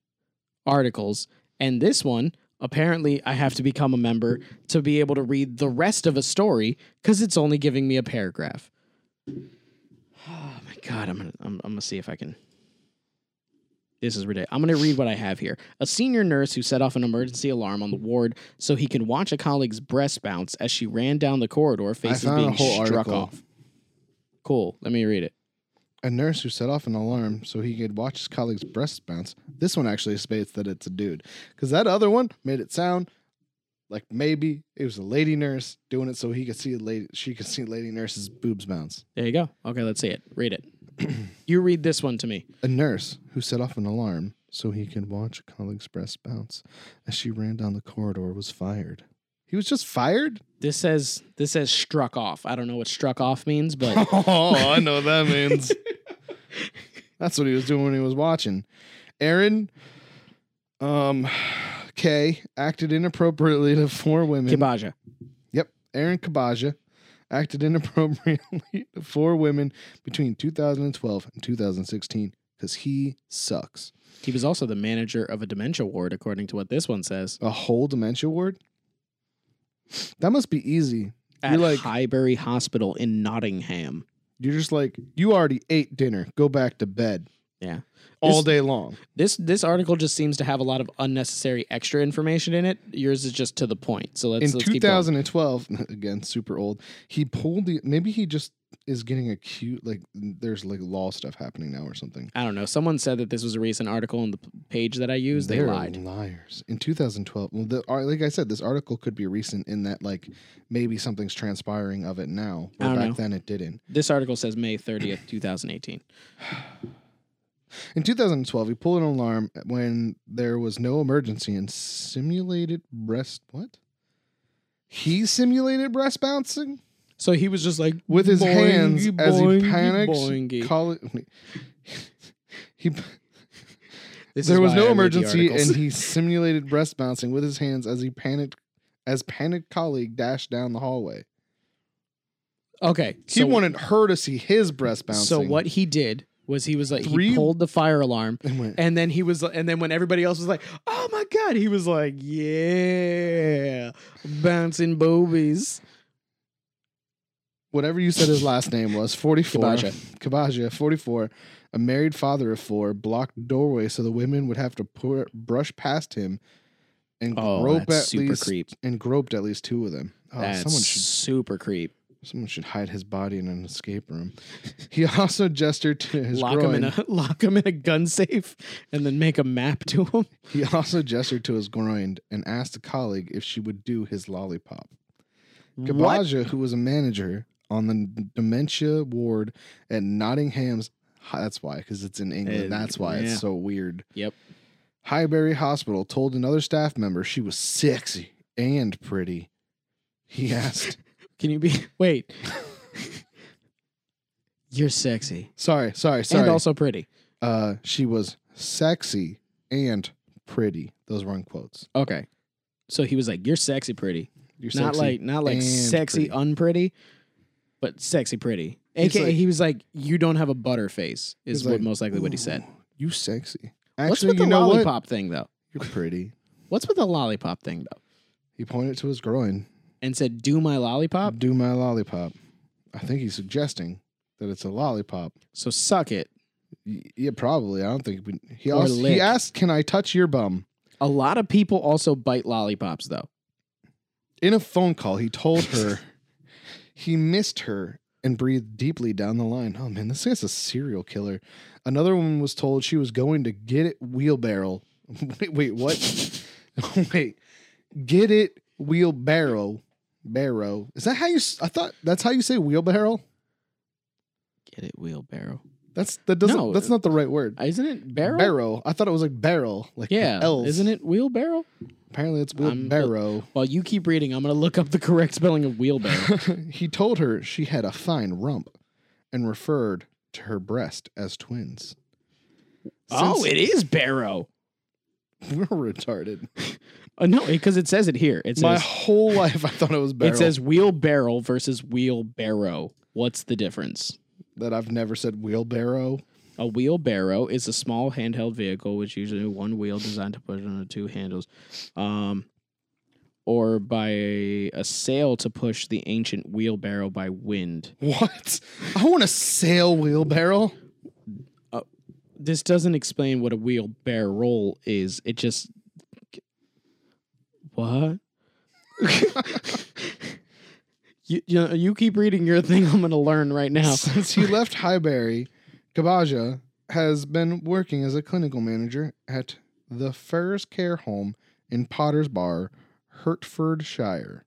Speaker 2: articles. And this one, apparently, I have to become a member to be able to read the rest of a story because it's only giving me a paragraph. Oh my god, I'm gonna I'm, I'm gonna see if I can. This is ridiculous. I'm gonna read what I have here. A senior nurse who set off an emergency alarm on the ward so he can watch a colleague's breast bounce as she ran down the corridor, faces
Speaker 1: found a
Speaker 2: being
Speaker 1: whole
Speaker 2: struck
Speaker 1: article.
Speaker 2: off. Cool. Let me read it.
Speaker 1: A nurse who set off an alarm so he could watch his colleague's breasts bounce. This one actually states that it's a dude, because that other one made it sound like maybe it was a lady nurse doing it so he could see a lady. She could see lady nurse's boobs bounce.
Speaker 2: There you go. Okay, let's see it. Read it. *clears throat* you read this one to me.
Speaker 1: A nurse who set off an alarm so he could watch a colleague's breasts bounce as she ran down the corridor was fired. He was just fired.
Speaker 2: This says this says struck off. I don't know what struck off means, but
Speaker 1: oh, *laughs* I know what that means. *laughs* That's what he was doing when he was watching. Aaron um K acted inappropriately to four women.
Speaker 2: kibaja.
Speaker 1: Yep. Aaron Kabaja acted inappropriately to four women between 2012 and 2016 because he sucks.
Speaker 2: He was also the manager of a dementia ward, according to what this one says.
Speaker 1: A whole dementia ward? That must be easy.
Speaker 2: At
Speaker 1: You're like-
Speaker 2: Highbury Hospital in Nottingham.
Speaker 1: You're just like, you already ate dinner. Go back to bed.
Speaker 2: Yeah.
Speaker 1: All
Speaker 2: This-
Speaker 1: day long.
Speaker 2: This this article just seems to have a lot of unnecessary extra information in it. Yours is just to the point. So let's
Speaker 1: in
Speaker 2: let's keep going.
Speaker 1: 2012 *laughs* again super old he pulled the maybe he just is getting acute like there's like law stuff happening now or something
Speaker 2: I don't know. Someone said that this was a recent article on the p- page that I used. They
Speaker 1: They're
Speaker 2: lied.
Speaker 1: liars in 2012 well the, ar- like i said this article could be recent in that like maybe something's transpiring of it now
Speaker 2: I
Speaker 1: where
Speaker 2: don't
Speaker 1: back
Speaker 2: know.
Speaker 1: then it didn't
Speaker 2: This article says
Speaker 1: *clears throat*
Speaker 2: May 30th, 2018.
Speaker 1: in 2012 he pulled an alarm when there was no emergency and simulated breast what he simulated breast bouncing
Speaker 2: So he was just like
Speaker 1: with his hands
Speaker 2: boingy,
Speaker 1: as he
Speaker 2: boingy,
Speaker 1: panics.
Speaker 2: boingy.
Speaker 1: Call *laughs* he
Speaker 2: This
Speaker 1: there
Speaker 2: is
Speaker 1: was
Speaker 2: why
Speaker 1: no
Speaker 2: I read the
Speaker 1: emergency,
Speaker 2: articles.
Speaker 1: and he simulated breast bouncing with his hands as he panicked. As panicked colleague dashed down the hallway,
Speaker 2: okay,
Speaker 1: he
Speaker 2: so,
Speaker 1: wanted her to see his breast bouncing.
Speaker 2: So what he did was he was like
Speaker 1: Three-
Speaker 2: he pulled the fire alarm,
Speaker 1: And went,
Speaker 2: and then he was and then when everybody else was like, "Oh my god," he was like, "Yeah, bouncing boobies."
Speaker 1: whatever you said his last name was, 44.
Speaker 3: Kabaja.
Speaker 1: Kabaja, 44, a married father of four, blocked the doorway so the women would have to pour, brush past him and
Speaker 3: Oh,
Speaker 1: grope
Speaker 3: that's
Speaker 1: at
Speaker 3: super
Speaker 1: least
Speaker 3: creep.
Speaker 1: and groped at least two of them. Oh,
Speaker 3: that's
Speaker 1: someone should
Speaker 3: super creep.
Speaker 1: someone should hide his body in an escape room. He *laughs* also gestured to his
Speaker 2: lock
Speaker 1: groin.
Speaker 2: him in a *laughs* lock him in a gun safe, and then make a map to him.
Speaker 1: He *laughs* also gestured to his groin and asked a colleague if she would do his lollipop.
Speaker 2: What?
Speaker 1: Kabaja, who was a manager on the n- dementia ward at Nottingham's, hi- that's why, because it's in England.
Speaker 3: And-
Speaker 1: that's why
Speaker 3: yeah.
Speaker 1: it's so weird.
Speaker 3: Yep.
Speaker 1: Highbury Hospital told another staff member she was sexy and pretty. He *laughs* asked,
Speaker 2: Can you be?
Speaker 1: *laughs*
Speaker 2: Wait. You're sexy
Speaker 1: sorry, sorry, sorry.
Speaker 2: and also pretty.
Speaker 1: uh, she was sexy and pretty. Those were in quotes.
Speaker 3: Okay.
Speaker 2: So he was like, "You're sexy, pretty."
Speaker 1: You're
Speaker 2: not
Speaker 1: sexy
Speaker 2: like not like
Speaker 1: and
Speaker 2: sexy
Speaker 1: pretty.
Speaker 2: unpretty, but sexy pretty.
Speaker 1: He's
Speaker 2: AKA
Speaker 1: like-
Speaker 2: he was like, "You don't have a butter face," is
Speaker 1: He's
Speaker 2: what
Speaker 1: like,
Speaker 2: most likely what he said.
Speaker 1: "Ooh, You sexy.
Speaker 2: What's
Speaker 1: Actually,
Speaker 2: with the
Speaker 1: you know what?
Speaker 2: lollipop thing though?
Speaker 1: You're pretty.
Speaker 2: What's with the lollipop thing though?
Speaker 1: He pointed to his groin.
Speaker 2: And said, "Do my lollipop."
Speaker 1: Do my lollipop. I think he's suggesting that it's a lollipop.
Speaker 2: So suck it.
Speaker 1: Y- Yeah, probably. I don't think we, he
Speaker 2: Or
Speaker 1: also,
Speaker 2: lick.
Speaker 1: he asked, "Can I touch your bum?"
Speaker 2: A lot of people also bite lollipops though.
Speaker 1: In a phone call, he told
Speaker 2: *laughs*
Speaker 1: her he missed her and breathed deeply down the line. Oh man, this guy's a serial killer. Another woman was told she was going to get it wheelbarrow. *laughs* wait, wait, what? *laughs* wait, get it wheelbarrow. Barrow. Is that how you? s- I thought that's how you say wheelbarrow.
Speaker 2: Get it, wheelbarrow.
Speaker 1: That's that doesn't.
Speaker 2: No.
Speaker 1: That's not the right word.
Speaker 2: Isn't it barrel?
Speaker 1: I thought it was like barrel. Like
Speaker 2: Yeah. Isn't it wheelbarrow?
Speaker 1: Apparently, it's
Speaker 2: I'm-
Speaker 1: wheelbarrow.
Speaker 2: While you keep reading, I'm gonna look up the correct spelling of wheelbarrow.
Speaker 1: *laughs* he told her she had a fine rump, and referred to her breast as twins.
Speaker 2: oh,
Speaker 1: *laughs* Since-
Speaker 2: it is barrow.
Speaker 1: *laughs* we're retarded.
Speaker 2: Uh, no, because it says it here. It says
Speaker 1: My whole life, I thought it was barrel.
Speaker 2: *laughs* It says wheelbarrow versus wheelbarrow. What's the difference?
Speaker 1: that I've never said wheelbarrow.
Speaker 2: A wheelbarrow is a small handheld vehicle which usually one wheel designed to push on two handles, um, or by a, a sail to push the ancient wheelbarrow by wind.
Speaker 1: What? I want a sail
Speaker 2: *laughs*
Speaker 1: wheelbarrow.
Speaker 2: This doesn't explain what a wheelbarrow is. It just what. You, you, know, you keep reading your *laughs* thing. I'm going to learn right
Speaker 1: *laughs*
Speaker 2: now.
Speaker 1: Since he left Highbury, Kabaja has been working as a clinical manager at the Ferris Care Home in Potter's Bar, Hertfordshire.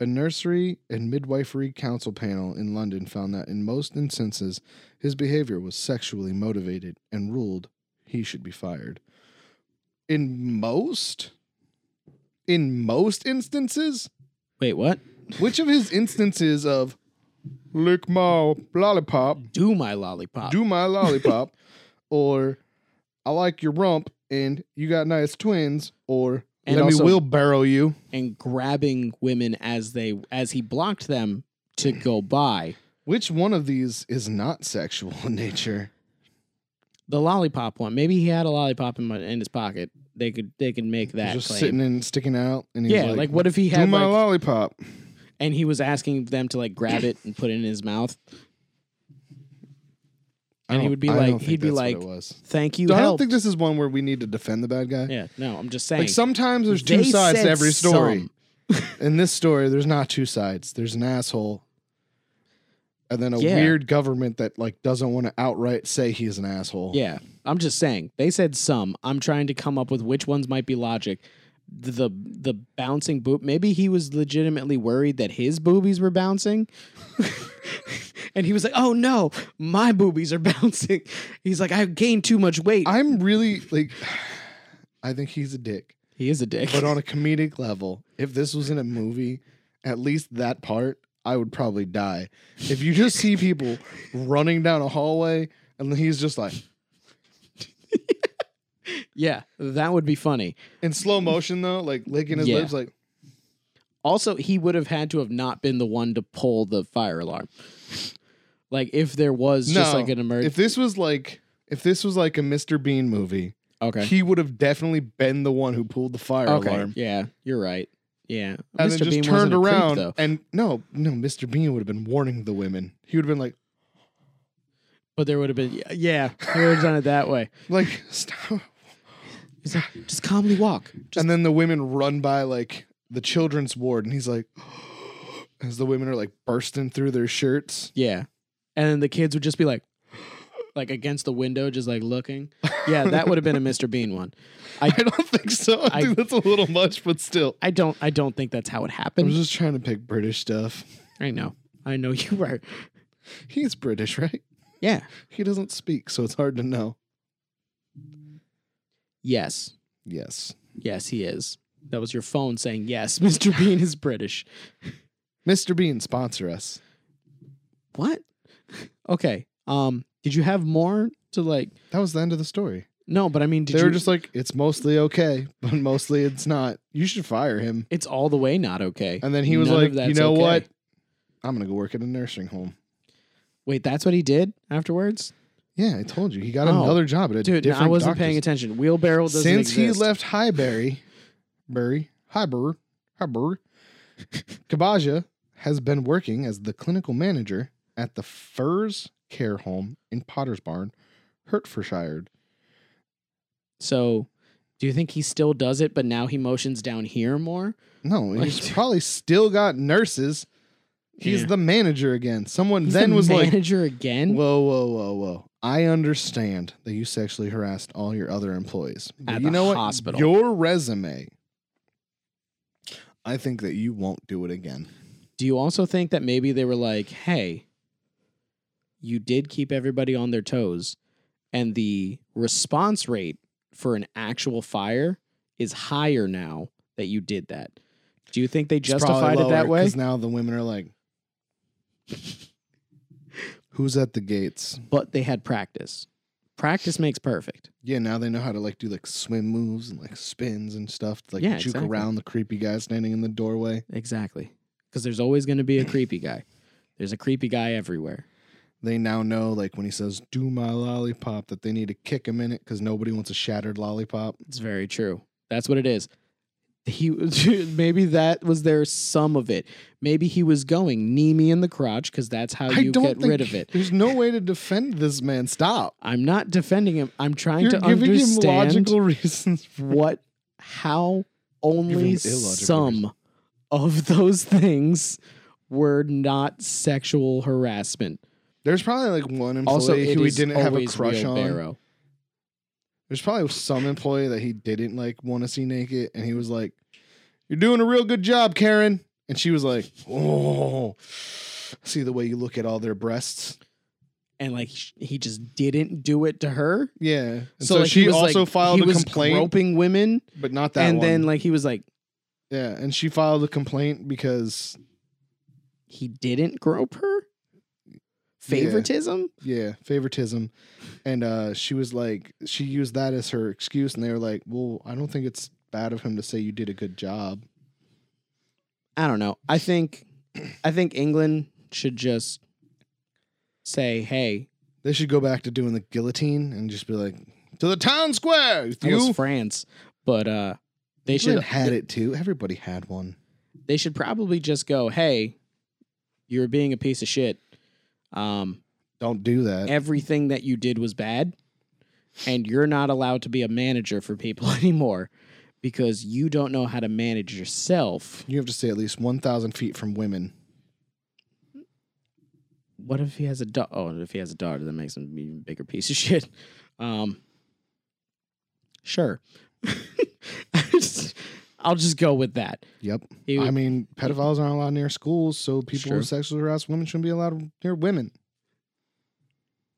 Speaker 1: A nursery and midwifery council panel in London found that in most instances his behavior was sexually motivated and ruled he should be fired. In most? In most instances?
Speaker 2: Wait, what?
Speaker 1: Which of his instances of lick my lollipop,
Speaker 2: Do my lollipop.
Speaker 1: do my
Speaker 2: *laughs*
Speaker 1: lollipop, or I like your rump and you got nice twins, or
Speaker 2: And
Speaker 1: let
Speaker 2: also-
Speaker 1: me wheelbarrow you.
Speaker 2: and grabbing women as they as he blocked them to go by.
Speaker 1: Which one of these is not sexual in nature?
Speaker 2: The lollipop one. Maybe he had a lollipop in, my, in his pocket. They could they could make that
Speaker 1: Just
Speaker 2: claim.
Speaker 1: sitting and sticking out, and he's
Speaker 2: yeah, like,
Speaker 1: like,
Speaker 2: what if he
Speaker 1: do
Speaker 2: had
Speaker 1: my
Speaker 2: like,
Speaker 1: lollipop?
Speaker 2: and he was asking them to like grab it and put it in his mouth.
Speaker 1: I
Speaker 2: And he
Speaker 1: don't-
Speaker 2: would be
Speaker 1: I
Speaker 2: like-
Speaker 1: don't think
Speaker 2: he'd be
Speaker 1: that's what
Speaker 2: like,
Speaker 1: it was.
Speaker 2: Thank you.
Speaker 1: So I don't
Speaker 2: help.
Speaker 1: think this is one where we need to defend the bad guy.
Speaker 2: yeah, no, I'm just saying.
Speaker 1: Like sometimes there's
Speaker 2: They
Speaker 1: two sides
Speaker 2: said
Speaker 1: to every story.
Speaker 2: some.
Speaker 1: In this story, there's not two sides. There's an asshole, and then a
Speaker 2: Yeah.
Speaker 1: weird government that like doesn't want to outright say he is an asshole.
Speaker 2: Yeah, I'm just saying. They said some. I'm trying to come up with which ones might be logic. The the bouncing boob. Maybe he was legitimately worried that his boobies were bouncing, *laughs* and he was like, "Oh no, my boobies are *laughs* bouncing." He's like, "I gained too much weight."
Speaker 1: I'm really like, *sighs* I think he's a dick,
Speaker 2: he is a dick.
Speaker 1: but on a comedic level, if this was in a movie, at least that part, I would probably die. If you just see people running down a hallway and then he's just like
Speaker 2: *laughs* yeah, that would be funny.
Speaker 1: in slow motion though, like licking his
Speaker 2: Yeah.
Speaker 1: lips, like
Speaker 2: Also, he would have had to have not been the one to pull the fire alarm. *laughs* Like if there was just
Speaker 1: No,
Speaker 2: like an
Speaker 1: if
Speaker 2: emergency.
Speaker 1: this was like if this was like a Mr. Bean movie.
Speaker 2: Okay.
Speaker 1: he would have definitely been the one who pulled the fire
Speaker 2: Okay.
Speaker 1: alarm.
Speaker 2: Yeah, you're right. Yeah.
Speaker 1: and then
Speaker 2: Mr.
Speaker 1: just
Speaker 2: Bean
Speaker 1: turned
Speaker 2: wasn't a creep,
Speaker 1: around
Speaker 2: though.
Speaker 1: and no, no, Mr. Bean would have been warning the women. He would have been like,
Speaker 2: But there would have been, yeah, they would have done it that way. *laughs*
Speaker 1: like stop.
Speaker 2: He's like, just calmly walk. Just
Speaker 1: and then the women run by like the children's ward, and he's like, *gasps* as the women are like bursting through their shirts. *laughs*
Speaker 2: Yeah. And then the kids would just be like, like against the window, just like looking. Yeah, that would have been
Speaker 1: *laughs*
Speaker 2: a Mr. Bean one.
Speaker 1: I don't think so. I,
Speaker 2: I-
Speaker 1: think that's a little much, but still.
Speaker 2: I don't I don't think that's how it
Speaker 1: I'm
Speaker 2: happened.
Speaker 1: just trying to pick British stuff.
Speaker 2: I know. I know you were.
Speaker 1: He's British, right?
Speaker 2: Yeah.
Speaker 1: He doesn't speak, so it's hard to know.
Speaker 2: Yes.
Speaker 1: Yes.
Speaker 2: Yes, he is. That was your phone saying yes, *laughs* Mr. Bean is British.
Speaker 1: Mr. Bean, sponsor us.
Speaker 2: What? Okay. Um, did you have more to like
Speaker 1: That was the end of the story.
Speaker 2: no, but I mean did
Speaker 1: they
Speaker 2: you
Speaker 1: were just like, it's mostly okay, *laughs* but mostly it's not. You should fire him.
Speaker 2: it's all the way not okay.
Speaker 1: And then he was
Speaker 2: None of
Speaker 1: like, you
Speaker 2: that's
Speaker 1: know
Speaker 2: okay."
Speaker 1: what? I'm going to go work at a nursing home.
Speaker 2: Wait, that's what he did afterwards?
Speaker 1: Yeah, I told you. He got
Speaker 2: Oh.
Speaker 1: another job at a
Speaker 2: Dude, no,
Speaker 1: different
Speaker 2: I wasn't
Speaker 1: doctor's-
Speaker 2: paying attention. Wheelbarrow doesn't
Speaker 1: Since
Speaker 2: exist.
Speaker 1: he left Highbury, Bury, Highbury, Highbury, Kabaja has been working as the clinical manager at the Furs Care Home in Potter's Barn, Hertfordshire.
Speaker 2: So, do you think he still does it, but now he motions down here more? *laughs*
Speaker 1: No, he's
Speaker 2: Like-
Speaker 1: probably still got nurses. He's
Speaker 2: Yeah.
Speaker 1: the manager again. Someone
Speaker 2: He's
Speaker 1: then
Speaker 2: the
Speaker 1: was like,
Speaker 2: manager again.
Speaker 1: "Whoa, whoa, whoa, whoa! I understand that you sexually harassed all your other employees, but
Speaker 2: At
Speaker 1: you
Speaker 2: the
Speaker 1: know what?
Speaker 2: hospital.
Speaker 1: Your resume. I think that you won't do it again.
Speaker 2: do you also think that maybe they were like, "Hey, you did keep everybody on their toes, and the response rate for an actual fire is higher now that you did that." Do you think they justified it that way?
Speaker 1: Because now the women are like, "Who's at the gates?"
Speaker 2: But they had practice. Practice makes perfect.
Speaker 1: Yeah, now they know how to like do like swim moves and like spins and stuff to like
Speaker 2: Yeah,
Speaker 1: juke
Speaker 2: exactly.
Speaker 1: around the creepy guy standing in the doorway.
Speaker 2: Exactly. Because there's always going to be a creepy guy. There's a creepy guy everywhere.
Speaker 1: they now know like when he says do my lollipop that they need to kick him in it because nobody wants a shattered lollipop
Speaker 2: It's very true. That's what it is. He *laughs* maybe that was their sum of it. Maybe he was going knee me in the crotch because that's how you get rid of it.
Speaker 1: there's no way to defend this man stop
Speaker 2: I'm not defending him. I'm trying
Speaker 1: you're
Speaker 2: to
Speaker 1: giving him
Speaker 2: understand
Speaker 1: logical *laughs* reasons for
Speaker 2: what, how
Speaker 1: Giving
Speaker 2: only
Speaker 1: him illogical reasons.
Speaker 2: some of those things were not sexual harassment.
Speaker 1: there's probably like one employee
Speaker 2: Also, it
Speaker 1: who he
Speaker 2: is
Speaker 1: didn't have a
Speaker 2: always
Speaker 1: crush on
Speaker 2: wheelbarrow.
Speaker 1: there's probably some employee that he didn't like want to see naked and he was like you're doing a real good job karen and she was like oh see the way you look at all their breasts
Speaker 2: and like sh- he just didn't do it to her.
Speaker 1: yeah and so,
Speaker 2: so like, he
Speaker 1: she
Speaker 2: was,
Speaker 1: also
Speaker 2: like,
Speaker 1: filed
Speaker 2: he
Speaker 1: a
Speaker 2: was
Speaker 1: complaint
Speaker 2: groping women,
Speaker 1: but not that
Speaker 2: and
Speaker 1: one.
Speaker 2: then like he was like
Speaker 1: Yeah, and she filed a complaint because
Speaker 2: he didn't grope her. Favoritism.
Speaker 1: yeah, favoritism. And uh she was like she used that as her excuse and they were like, "Well, I don't think it's bad of him to say you did a good job."
Speaker 2: I don't know. I think, I think England should just say, "Hey,
Speaker 1: They should go back to doing the guillotine and just be like, "To the town square."
Speaker 2: that
Speaker 1: You
Speaker 2: was France," but uh, they
Speaker 1: should
Speaker 2: should
Speaker 1: had it too. Everybody had one.
Speaker 2: They should probably just go, "Hey, you're being a piece of shit. Um,
Speaker 1: Don't do that.
Speaker 2: everything that you did was bad and you're not allowed to be a manager for people *laughs* anymore because you don't know how to manage yourself
Speaker 1: you have to stay at least 1000 feet from women.
Speaker 2: what if he has a dog oh if he has a daughter that makes him an even bigger piece of *laughs* shit um sure *laughs* I just- i'll just go with that
Speaker 1: Yep.
Speaker 2: He would-
Speaker 1: I mean, pedophiles aren't allowed near schools, so people who
Speaker 2: Sure.
Speaker 1: sexually harass women shouldn't be allowed near women.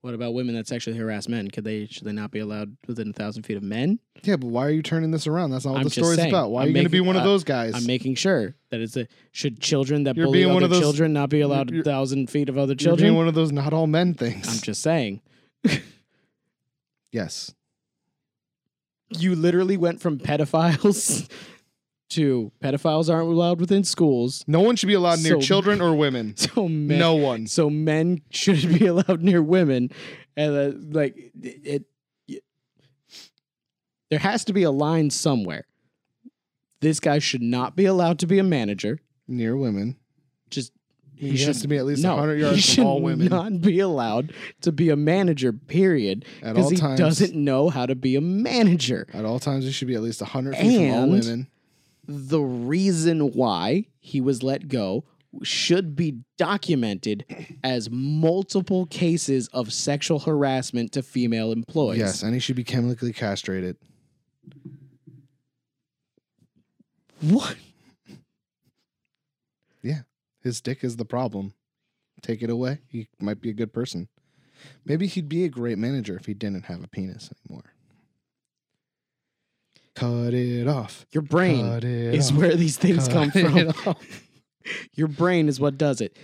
Speaker 2: what about women that sexually harass men could they should they not be allowed within a thousand feet of men
Speaker 1: Yeah, but why are you turning this around? That's not what
Speaker 2: I'm
Speaker 1: the
Speaker 2: just
Speaker 1: story's
Speaker 2: saying.
Speaker 1: about. Why are
Speaker 2: I'm
Speaker 1: you going to be
Speaker 2: making-
Speaker 1: one of
Speaker 2: uh,
Speaker 1: those guys?
Speaker 2: i'm making sure that it's a should children that
Speaker 1: You're
Speaker 2: bully
Speaker 1: being
Speaker 2: other
Speaker 1: one of those-
Speaker 2: children not be allowed a
Speaker 1: you're-
Speaker 2: thousand feet of other
Speaker 1: You're being
Speaker 2: children
Speaker 1: one of those not all men
Speaker 2: i'm
Speaker 1: things.
Speaker 2: just saying
Speaker 1: yes.
Speaker 2: you literally went from pedophiles *laughs* to pedophiles aren't allowed within schools. *laughs*
Speaker 1: No one should be allowed near
Speaker 2: So-
Speaker 1: children or women.
Speaker 2: *laughs* So men,
Speaker 1: No one.
Speaker 2: so men shouldn't be allowed near women, and uh, like it, it- there has to be a line somewhere. This guy should not be allowed to be a manager.
Speaker 1: near women.
Speaker 2: Just
Speaker 1: He, has to be at least
Speaker 2: no,
Speaker 1: 100
Speaker 2: he
Speaker 1: yards
Speaker 2: should
Speaker 1: from all women
Speaker 2: not be allowed to be a manager. Period,
Speaker 1: at all
Speaker 2: because he
Speaker 1: times.
Speaker 2: doesn't know how to be a manager.
Speaker 1: At all times, he should be at least 100 feet from all
Speaker 2: And-
Speaker 1: women.
Speaker 2: the reason why he was let go should be documented as multiple cases of sexual harassment to female employees.
Speaker 1: Yes, and he should be chemically castrated.
Speaker 2: What?
Speaker 1: His dick is the problem. Take it away. He might be a good person. Maybe he'd be a great manager if he didn't have a penis anymore. Cut it off.
Speaker 2: Your brain
Speaker 1: Cut it
Speaker 2: is
Speaker 1: off.
Speaker 2: where these things
Speaker 1: Cut
Speaker 2: come from.
Speaker 1: it off.
Speaker 2: *laughs* Your brain is what does it.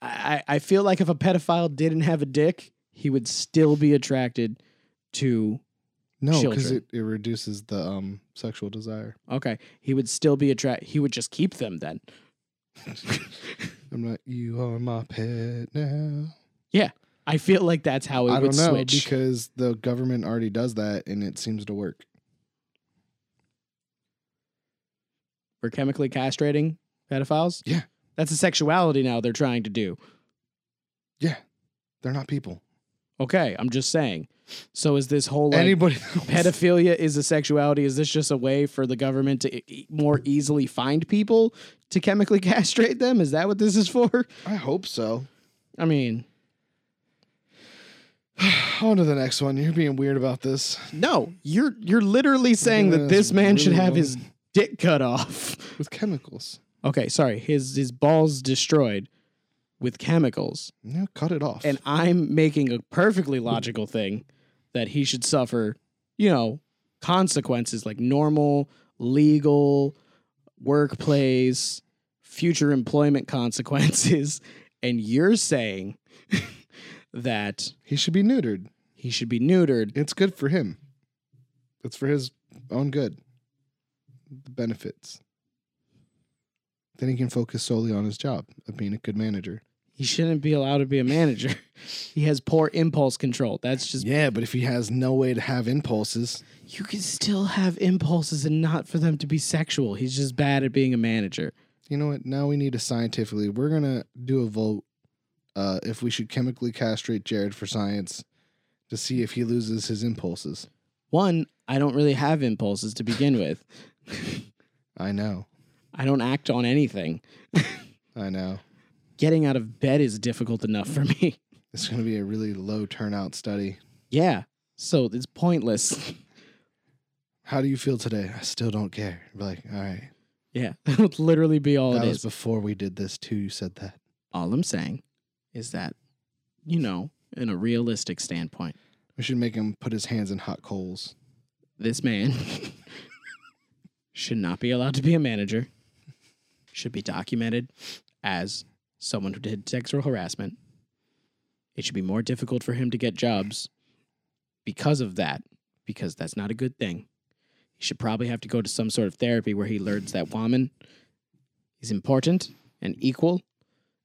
Speaker 2: I, I I feel like if a pedophile didn't have a dick, he would still be attracted to
Speaker 1: No, because
Speaker 2: Children.
Speaker 1: it, it reduces the um sexual
Speaker 2: *laughs*
Speaker 1: desire.
Speaker 2: okay. He would still be attract he would just keep them then.
Speaker 1: I'm not. You are my pet now.
Speaker 2: I feel like that's how it
Speaker 1: I
Speaker 2: would
Speaker 1: don't know
Speaker 2: switch.
Speaker 1: because the government already does that and it seems to work.
Speaker 2: for chemically castrating pedophiles?
Speaker 1: Yeah.
Speaker 2: That's a sexuality now they're trying to do.
Speaker 1: Yeah, they're not people.
Speaker 2: Okay, I'm just saying. So is this whole like *laughs*
Speaker 1: Anybody
Speaker 2: pedophilia is a sexuality? Is this just a way for the government to e- e- more easily find people to chemically *laughs* castrate them? Is that what this is for?
Speaker 1: *laughs* I hope so. *sighs*
Speaker 2: I mean,
Speaker 1: On to the next one. You're being weird about this.
Speaker 2: no. You're you're literally saying that this man should have his dick cut off.
Speaker 1: with chemicals.
Speaker 2: Okay, sorry. His his balls destroyed with chemicals.
Speaker 1: No, cut it off.
Speaker 2: and I'm making a perfectly logical thing that he should suffer, you know, consequences like normal, legal, workplace, future employment consequences. *laughs* And you're saying *laughs* that
Speaker 1: he should be neutered.
Speaker 2: he should be neutered.
Speaker 1: It's good for him. It's for his own good. The benefits. Then he can focus solely on his job of being a good manager.
Speaker 2: He shouldn't be allowed to be a manager. *laughs* he has poor impulse control. That's just,
Speaker 1: Yeah, but if he has no way to have impulses,
Speaker 2: you can still have impulses and not for them to be sexual. He's just bad at being a manager.
Speaker 1: you know what? Now we need to scientifically. We're gonna do a vote uh, if we should chemically castrate Jared for science to see if he loses his impulses.
Speaker 2: One, I don't really have impulses to begin with.
Speaker 1: I know.
Speaker 2: I don't act on anything.
Speaker 1: I know.
Speaker 2: Getting out of bed is difficult enough for me. *laughs*
Speaker 1: It's gonna be a really low turnout study.
Speaker 2: Yeah. So it's pointless. *laughs*
Speaker 1: How do you feel today? I still don't care. Be Like, all right.
Speaker 2: Yeah. That would literally be all
Speaker 1: that
Speaker 2: it
Speaker 1: was
Speaker 2: is.
Speaker 1: before we did this too. You said that.
Speaker 2: all I'm saying is that, you know, in a realistic standpoint,
Speaker 1: We should make him put his hands in hot coals.
Speaker 2: this man *laughs* should not be allowed to be a manager, should be documented as someone who did sexual harassment. It should be more difficult for him to get jobs because of that, because that's not a good thing. He should probably have to go to some sort of therapy where he learns that woman is important and equal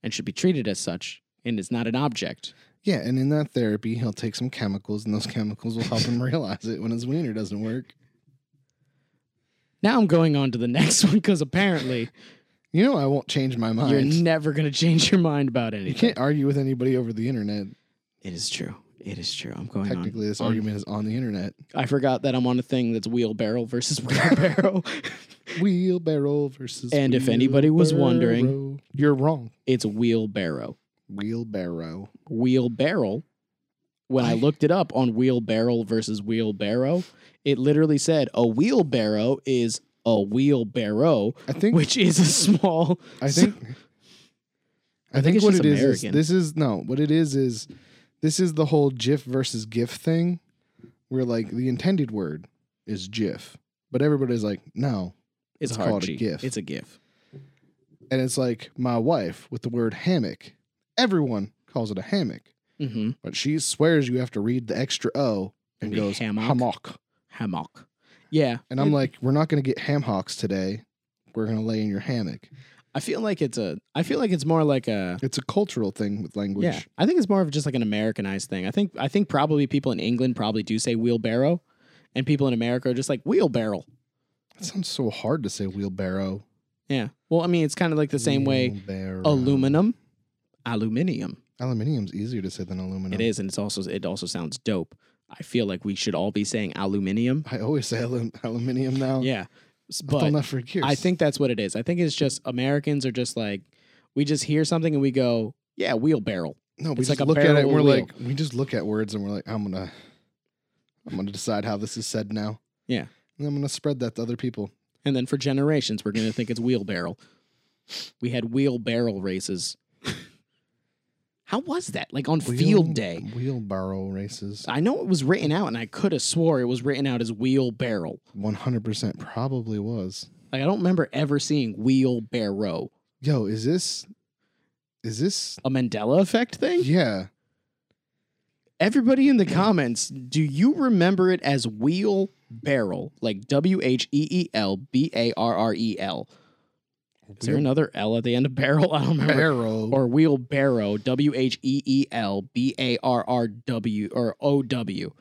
Speaker 2: and should be treated as such and is not an object.
Speaker 1: Yeah, and in that therapy, he'll take some chemicals, and those chemicals will help him *laughs* realize it when his wiener doesn't work.
Speaker 2: Now I'm going on to the *laughs* next one because apparently
Speaker 1: You know, I won't change my
Speaker 2: you're
Speaker 1: mind.
Speaker 2: never going to change your mind about anything.
Speaker 1: You can't argue with anybody over the internet.
Speaker 2: It is true. It is true. I'm going on.
Speaker 1: Technically, this
Speaker 2: on.
Speaker 1: argument is on the internet.
Speaker 2: Um, I forgot that I'm on a thing that's wheelbarrow versus *laughs* wheelbarrow.
Speaker 1: Wheelbarrow versus.
Speaker 2: And if anybody was wondering-
Speaker 1: wheelbarrow. you're wrong.
Speaker 2: it's wheelbarrow.
Speaker 1: Wheelbarrow.
Speaker 2: Wheelbarrow. When I,
Speaker 1: I-
Speaker 2: looked it up on wheelbarrow versus wheelbarrow, it literally said a wheelbarrow is a wheelbarrow,
Speaker 1: I think.
Speaker 2: which is a small.
Speaker 1: I
Speaker 2: So-
Speaker 1: think. I, think,
Speaker 2: it's
Speaker 1: what
Speaker 2: just
Speaker 1: it is, is
Speaker 2: American.
Speaker 1: this is no what it is is this is the whole GIF versus GIF thing, where like the intended word is GIF, but everybody's like no,
Speaker 2: *laughs* It's,
Speaker 1: It's
Speaker 2: hard
Speaker 1: called a
Speaker 2: G.
Speaker 1: gif.
Speaker 2: It's a gif.
Speaker 1: and it's like my wife with the word hammock. Everyone calls it a hammock,
Speaker 2: hmm
Speaker 1: but she swears you have to read the extra O and
Speaker 2: Maybe
Speaker 1: goes
Speaker 2: hammock.
Speaker 1: hammock.
Speaker 2: Hammock. Yeah.
Speaker 1: And I'm
Speaker 2: it-
Speaker 1: like, we're not gonna get ham hocks today. We're gonna lay in your hammock.
Speaker 2: I feel like it's a. I feel like it's more like a.
Speaker 1: It's a cultural thing with language.
Speaker 2: Yeah, I think it's more of just like an Americanized thing. I think I think probably people in England probably do say wheelbarrow, and people in America are just like wheelbarrow.
Speaker 1: That sounds so hard to say wheelbarrow.
Speaker 2: Yeah. Well, I mean, it's kind of like the same way
Speaker 1: Wheelbarrow.
Speaker 2: aluminum, aluminium.
Speaker 1: Aluminium's easier to say than aluminum.
Speaker 2: It is, and it's also it also sounds dope. I feel like we should all be saying aluminium.
Speaker 1: I always say alum- aluminium now.
Speaker 2: Yeah, S-
Speaker 1: I've done
Speaker 2: but
Speaker 1: that for years.
Speaker 2: I think that's what it is. I think it's just Americans are just like we just hear something and we go, yeah, wheelbarrow.
Speaker 1: no, we just
Speaker 2: it's like a
Speaker 1: look at it.
Speaker 2: barrel
Speaker 1: and We're
Speaker 2: wheel.
Speaker 1: like, we just look at words and we're like, I'm gonna, I'm gonna decide how this is said now.
Speaker 2: Yeah.
Speaker 1: and I'm gonna spread that to other people.
Speaker 2: And then for generations, we're gonna think it's wheelbarrow. We had wheelbarrow races. How was that? Like on
Speaker 1: Wheel-
Speaker 2: field day. Ah.
Speaker 1: wheelbarrow races.
Speaker 2: I know it was written out, and I could have swore it was written out as wheelbarrow.
Speaker 1: 100 percent probably was.
Speaker 2: Like I don't remember ever seeing wheelbarrow.
Speaker 1: Yo, is this, is this?
Speaker 2: A Mandela effect thing?
Speaker 1: Yeah,
Speaker 2: Everybody in the comments, do you remember it as wheel barrel? Like W H E E L B A R R E L. Is there another L at the end of barrel? *laughs* I don't remember.
Speaker 1: barrel.
Speaker 2: Or wheelbarrow, W H E E L B A R R W or O W.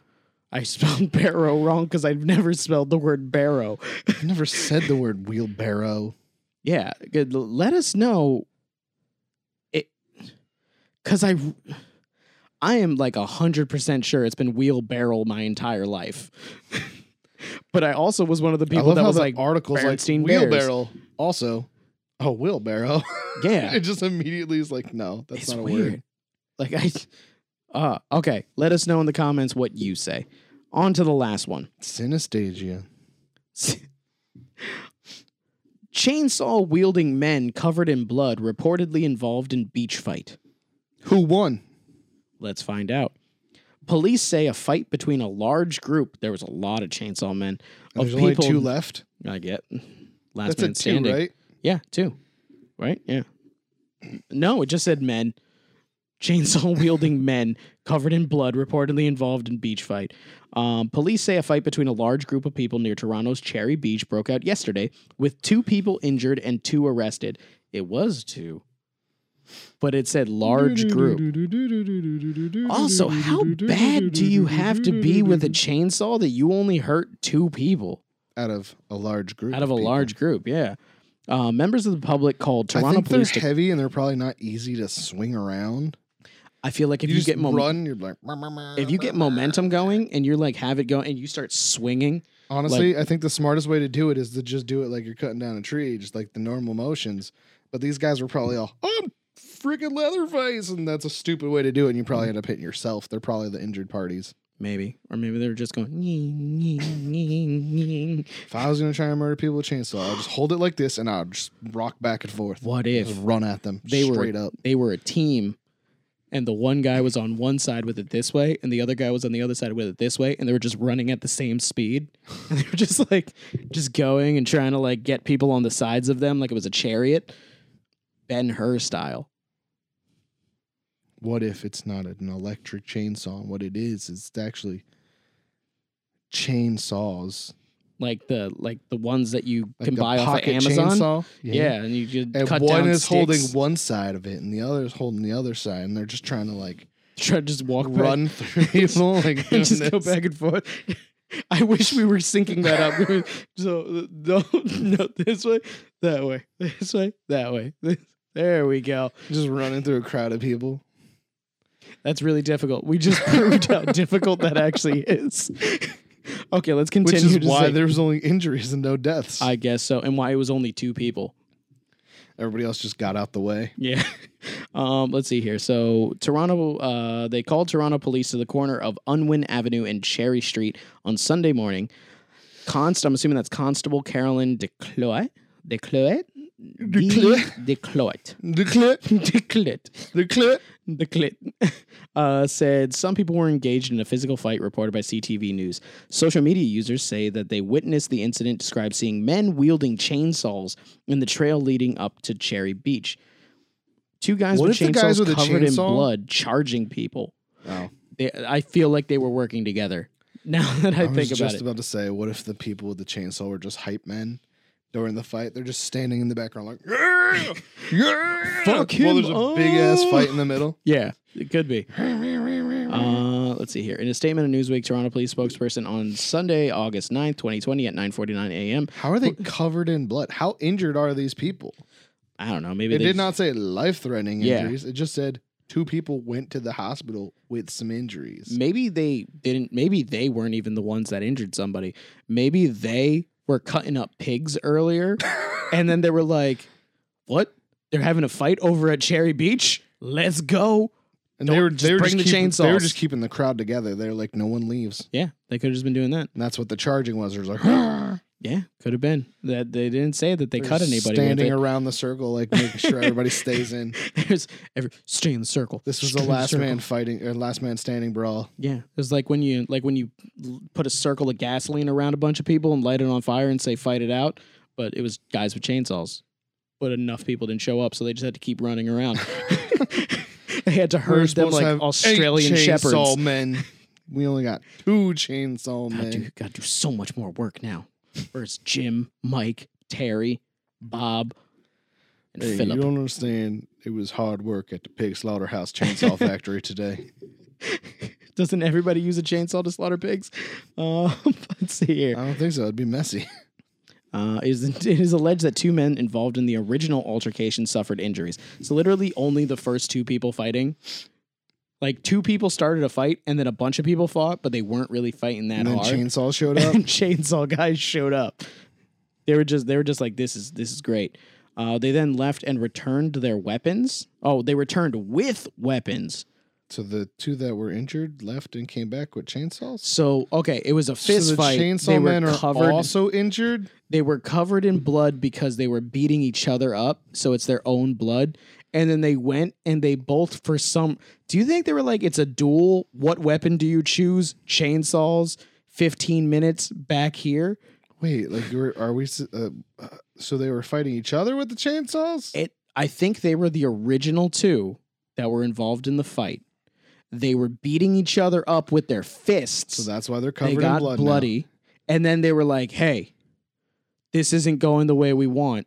Speaker 2: I *laughs* spelled barrow wrong because I've never spelled the word barrow.
Speaker 1: I've never said the word wheelbarrow.
Speaker 2: Yeah, good. L- Let us know it because I I am like a hundred percent sure it's been wheelbarrow my entire life. *laughs* but I also was one of the
Speaker 1: I
Speaker 2: people
Speaker 1: love
Speaker 2: that
Speaker 1: how
Speaker 2: was
Speaker 1: the
Speaker 2: like,
Speaker 1: articles
Speaker 2: Bernstein
Speaker 1: like
Speaker 2: Bears.
Speaker 1: wheelbarrow. Also, oh wheelbarrow. *laughs*
Speaker 2: yeah,
Speaker 1: it just immediately is like, no, that's
Speaker 2: it's
Speaker 1: not a
Speaker 2: weird.
Speaker 1: word.
Speaker 2: Like I, *laughs* uh, okay. Let us know in the comments what you say. On to the last one.
Speaker 1: Synesthesia.
Speaker 2: Chainsaw wielding men covered in blood reportedly involved in beach fight.
Speaker 1: Who won?
Speaker 2: Let's find out. Police say a fight between a large group. There was a lot of chainsaw men. Of
Speaker 1: There's
Speaker 2: people,
Speaker 1: only two left.
Speaker 2: I get last
Speaker 1: That's a
Speaker 2: man
Speaker 1: two,
Speaker 2: standing.
Speaker 1: right?
Speaker 2: Yeah, two. Right? Yeah. No, it just said men. Chainsaw *laughs* wielding men covered in blood reportedly involved in beach fight. Um, police say a fight between a large group of people near Toronto's Cherry Beach broke out yesterday, with two people injured and two arrested. It was two, but it said large group. Also, how bad do you have to be with a chainsaw that you only hurt two people
Speaker 1: out of a large group?
Speaker 2: out of a
Speaker 1: people.
Speaker 2: large group? Yeah. Uh, members of the public called
Speaker 1: I
Speaker 2: Toronto
Speaker 1: think they're
Speaker 2: police. To,
Speaker 1: heavy and they're probably not easy to swing around.
Speaker 2: I feel like if
Speaker 1: If
Speaker 2: you,
Speaker 1: you, just
Speaker 2: get mom-
Speaker 1: run, you're like. "Mah, mah, mah,
Speaker 2: if you get
Speaker 1: mah, mah."
Speaker 2: momentum going and you're like have it going and you start swinging,
Speaker 1: Honestly, I think the smartest way to do it is to just do it like you're cutting down a tree, just like the normal motions. But these guys were probably all, oh, I'm freaking Leatherface. And that's a stupid way to do it. And you probably end up hitting yourself. They're probably the injured parties.
Speaker 2: maybe or maybe they're just going. "Nying, nying, nying, nying."
Speaker 1: If I was going to try and murder people with chainsaw, I'd just hold it like this and I'd just rock back and forth.
Speaker 2: What
Speaker 1: Just
Speaker 2: if
Speaker 1: run at them
Speaker 2: they were-
Speaker 1: straight up.
Speaker 2: they were a team? And the one guy was on one side with it this way, and the other guy was on the other side with it this way, and they were just running at the same speed. *laughs* And they were just like, just going and trying to like get people on the sides of them, like it was a chariot, Ben Hur style.
Speaker 1: What if it's not an electric chainsaw? What it is, is actually chainsaws.
Speaker 2: like the like the ones that you
Speaker 1: Like
Speaker 2: can
Speaker 1: a
Speaker 2: buy off of
Speaker 1: pocket
Speaker 2: Amazon.
Speaker 1: Chainsaw.
Speaker 2: Yeah. and you just
Speaker 1: And
Speaker 2: cut
Speaker 1: one
Speaker 2: down
Speaker 1: is holding
Speaker 2: sticks,
Speaker 1: one side of it, and the other is holding the other side, and they're just trying to like
Speaker 2: *laughs* try to just walk run
Speaker 1: run through people, like doing
Speaker 2: *laughs* and *laughs*
Speaker 1: *laughs*
Speaker 2: just go
Speaker 1: this.
Speaker 2: back and forth. *laughs* I wish we were syncing that up. *laughs* We were- so no, *laughs* no, this way, that way, this way, that way. *laughs* This- There we go.
Speaker 1: just running through a crowd of people.
Speaker 2: That's really difficult. We just *laughs* proved how difficult that actually is. *laughs* okay, let's
Speaker 1: Which
Speaker 2: continue.
Speaker 1: is
Speaker 2: to
Speaker 1: why
Speaker 2: say-
Speaker 1: there was only injuries and no deaths.
Speaker 2: I guess so, and why it was only two people.
Speaker 1: Everybody else just got out the way.
Speaker 2: Yeah. *laughs* Um, let's see here. So Toronto, uh, they called Toronto police to the corner of Unwin Avenue and Cherry Street on Sunday morning. Const, I'm assuming that's Constable Carolyn DeCloet. DeCloet? E
Speaker 1: DeCloet.
Speaker 2: DeCloet.
Speaker 1: The clip,
Speaker 2: DeCloet.
Speaker 1: the clip.
Speaker 2: The clit *laughs* uh, said some people were engaged in a physical fight reported by CTV News. Social media users say that they witnessed the incident, described seeing men wielding chainsaws in the trail leading up to Cherry Beach. Two guys
Speaker 1: What
Speaker 2: with
Speaker 1: if
Speaker 2: chainsaws
Speaker 1: the guys with the
Speaker 2: covered in
Speaker 1: chainsaw-
Speaker 2: blood charging people.
Speaker 1: Oh,
Speaker 2: They, I feel like they were working together. *laughs* Now that I,
Speaker 1: I, was
Speaker 2: think about
Speaker 1: just
Speaker 2: it,
Speaker 1: about to say, what if the people with the chainsaw were just hype men during the fight? They're just standing in the background like, yeah, yeah.
Speaker 2: Fuck
Speaker 1: Well,
Speaker 2: him
Speaker 1: there's a big ass
Speaker 2: up.
Speaker 1: fight in the middle.
Speaker 2: yeah, it could be. Uh, let's see here. In a statement, a Newsweek Toronto police spokesperson on Sunday, August 9th, 2020 at 9.49 a.m.
Speaker 1: How are they covered in blood? How injured are these people?
Speaker 2: I don't know. Maybe
Speaker 1: It
Speaker 2: they
Speaker 1: did not say life threatening
Speaker 2: Yeah.
Speaker 1: injuries. It just said two people went to the hospital with some injuries.
Speaker 2: Maybe they didn't. Maybe they weren't even the ones that injured somebody. Maybe they were cutting up pigs
Speaker 1: *laughs*
Speaker 2: earlier, and then they were like, "What? They're having a fight over at Cherry Beach? Let's go!"
Speaker 1: And
Speaker 2: Don't-
Speaker 1: they were
Speaker 2: just
Speaker 1: they were
Speaker 2: bring
Speaker 1: just
Speaker 2: the
Speaker 1: keeping, They were
Speaker 2: chainsaws.
Speaker 1: just keeping the crowd together. They're like, no one leaves.
Speaker 2: Yeah, they could have just been doing that.
Speaker 1: And that's what the charging was. It
Speaker 2: *gasps*
Speaker 1: was like they
Speaker 2: Yeah, could have been that they didn't say that they cut anybody. with
Speaker 1: standing
Speaker 2: it.
Speaker 1: around the circle, like making sure everybody stays
Speaker 2: *laughs*
Speaker 1: in.
Speaker 2: There's *laughs* every stay in the circle.
Speaker 1: This was
Speaker 2: Stay
Speaker 1: the
Speaker 2: in
Speaker 1: last
Speaker 2: circle.
Speaker 1: man fighting or last man standing brawl.
Speaker 2: Yeah, it's like when you like when you l- put a circle of gasoline around a bunch of people and light it on fire and say fight it out, but it was guys with chainsaws. But enough people didn't show up, so they just had to keep running around. *laughs* they had to
Speaker 1: We're
Speaker 2: herd them
Speaker 1: supposed to
Speaker 2: like
Speaker 1: have
Speaker 2: Australian
Speaker 1: eight
Speaker 2: shepherds.
Speaker 1: Chainsaw
Speaker 2: *laughs*
Speaker 1: men. We only got two chainsaw
Speaker 2: God,
Speaker 1: men.
Speaker 2: dude, gotta do so much more work now. Where's Jim, Mike, Terry, Bob, and
Speaker 1: Hey, you
Speaker 2: Philip?
Speaker 1: don't understand. It was hard work at the pig slaughterhouse
Speaker 2: *laughs*
Speaker 1: chainsaw factory today.
Speaker 2: Doesn't everybody use a chainsaw to slaughter pigs? *laughs* Um, let's see here.
Speaker 1: I don't think so. It'd be
Speaker 2: *laughs*
Speaker 1: messy.
Speaker 2: Uh, it, is, *laughs* it is alleged that two men involved in the original altercation suffered injuries. So literally only the first two people fighting. Like two people started a fight and then a bunch of people fought, but they weren't really fighting that
Speaker 1: And then
Speaker 2: hard.
Speaker 1: chainsaw showed up.
Speaker 2: *laughs* and chainsaw guys showed up. They were just they were just like this is this is great. Uh, they then left and returned their weapons. Oh, they returned with weapons.
Speaker 1: so the two that were injured left and came back with chainsaws.
Speaker 2: So okay, it was a fist
Speaker 1: so the
Speaker 2: fight.
Speaker 1: chainsaw
Speaker 2: they
Speaker 1: men
Speaker 2: were
Speaker 1: are
Speaker 2: covered.
Speaker 1: also injured.
Speaker 2: they were covered in blood because they were beating each other up so it's their own blood and then they went and they both for some do you think they were like it's a duel what weapon do you choose chainsaws 15 minutes back here
Speaker 1: Wait, like you were- are we? s- Uh, uh, so they were fighting each other with the chainsaws.
Speaker 2: it i think they were the original two that were involved in the fight they were beating each other up with their fists
Speaker 1: so that's why they're
Speaker 2: they
Speaker 1: covered
Speaker 2: got
Speaker 1: in blood. now.
Speaker 2: bloody and then they were like hey this isn't going the way we want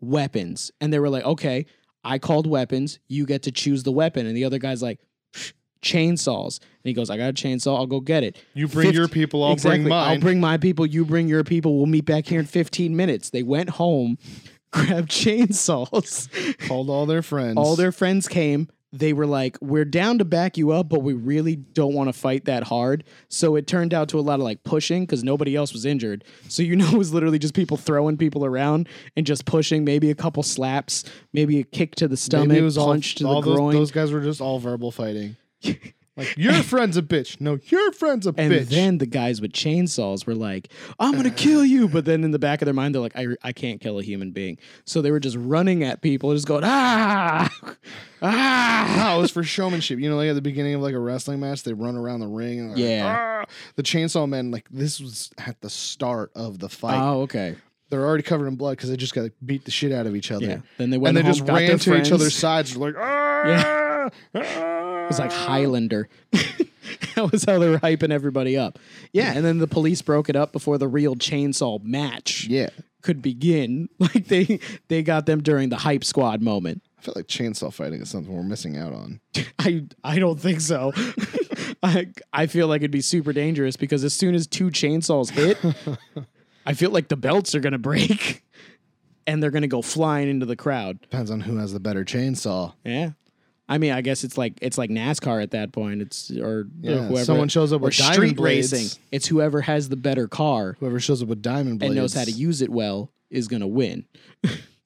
Speaker 2: weapons and they were like okay i called weapons you get to choose the weapon and the other guy's like "Psh, chainsaws and he goes i got a chainsaw i'll go get it
Speaker 1: You bring
Speaker 2: Fifth-
Speaker 1: your people. I'll
Speaker 2: exactly
Speaker 1: bring mine.
Speaker 2: i'll bring my people you bring your people we'll meet back here in 15 minutes they went home *laughs* grabbed chainsaws
Speaker 1: Called all their friends.
Speaker 2: all their friends came. They were like, "We're down to back you up, but we really don't want to fight that hard." So it turned out to a lot of like pushing because nobody else was injured. So you *laughs* know, it was literally just people throwing people around and just pushing. Maybe a couple slaps, maybe a kick to the stomach,
Speaker 1: Maybe it was
Speaker 2: punch
Speaker 1: all,
Speaker 2: to
Speaker 1: all
Speaker 2: the
Speaker 1: those,
Speaker 2: groin,
Speaker 1: those guys were just all verbal
Speaker 2: *laughs*
Speaker 1: fighting. like your friend's a bitch. No, your friend's a
Speaker 2: and
Speaker 1: bitch.
Speaker 2: then the guys with chainsaws were like, "I'm gonna kill you," but then in the back of their mind, they're like, "I I can't kill a human being." So they were just running at people, just going, "Ah, ah."
Speaker 1: no, it was for showmanship. You know, like at the beginning of like a wrestling match, they run around the ring and they're like,
Speaker 2: Yeah.
Speaker 1: "Ah." the chainsaw men like this was at the start of the fight.
Speaker 2: oh, okay.
Speaker 1: They're already covered in blood because they just got like, beat the shit out of each other.
Speaker 2: Yeah. Then they went
Speaker 1: And they
Speaker 2: home,
Speaker 1: just
Speaker 2: got their
Speaker 1: ran to each
Speaker 2: friends.
Speaker 1: other's sides, like, ah,
Speaker 2: Yeah.
Speaker 1: ah."
Speaker 2: It was like Highlander. *laughs* that was how they were hyping everybody up. Yeah, and then the police broke it up before the real chainsaw match
Speaker 1: yeah.
Speaker 2: could begin. *laughs* Like they they got them during the hype squad moment.
Speaker 1: I feel like chainsaw fighting is something we're missing out on.
Speaker 2: I I don't think so. *laughs* I I feel like it'd be super dangerous because as soon as two chainsaws hit, I feel like the belts are gonna break *laughs* and they're gonna go flying into the crowd.
Speaker 1: Depends on who has the better chainsaw.
Speaker 2: Yeah. I mean, I guess it's like it's like NASCAR at that point. It's or
Speaker 1: Yeah,
Speaker 2: whoever
Speaker 1: someone shows up
Speaker 2: or
Speaker 1: with diamond
Speaker 2: street
Speaker 1: blades.
Speaker 2: racing. It's whoever has the better car
Speaker 1: Whoever shows up with diamond blades
Speaker 2: and knows how to use it well is gonna win.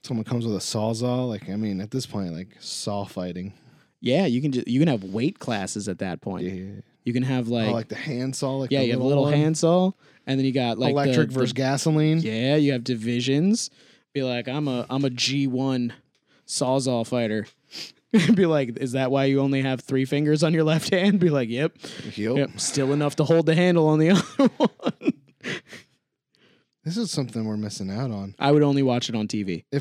Speaker 1: someone comes with a sawzall. Like, I mean, at this point, like saw fighting.
Speaker 2: Yeah, you can just you can have weight classes at that point.
Speaker 1: Yeah.
Speaker 2: You can have like,
Speaker 1: Or like the handsaw. Like
Speaker 2: yeah,
Speaker 1: the
Speaker 2: you have little
Speaker 1: one.
Speaker 2: handsaw, and then you got like the-
Speaker 1: electric
Speaker 2: the-
Speaker 1: versus gasoline.
Speaker 2: *laughs* yeah, you have divisions. Be like, I'm a I'm a G one sawzall fighter. *laughs* Be like, is that why you only have three fingers on your left hand? Be like, yep.
Speaker 1: Yep.
Speaker 2: Yep, still enough to hold the handle on the other *laughs* one.
Speaker 1: This is something we're missing out on.
Speaker 2: I would only watch it on TV. *laughs*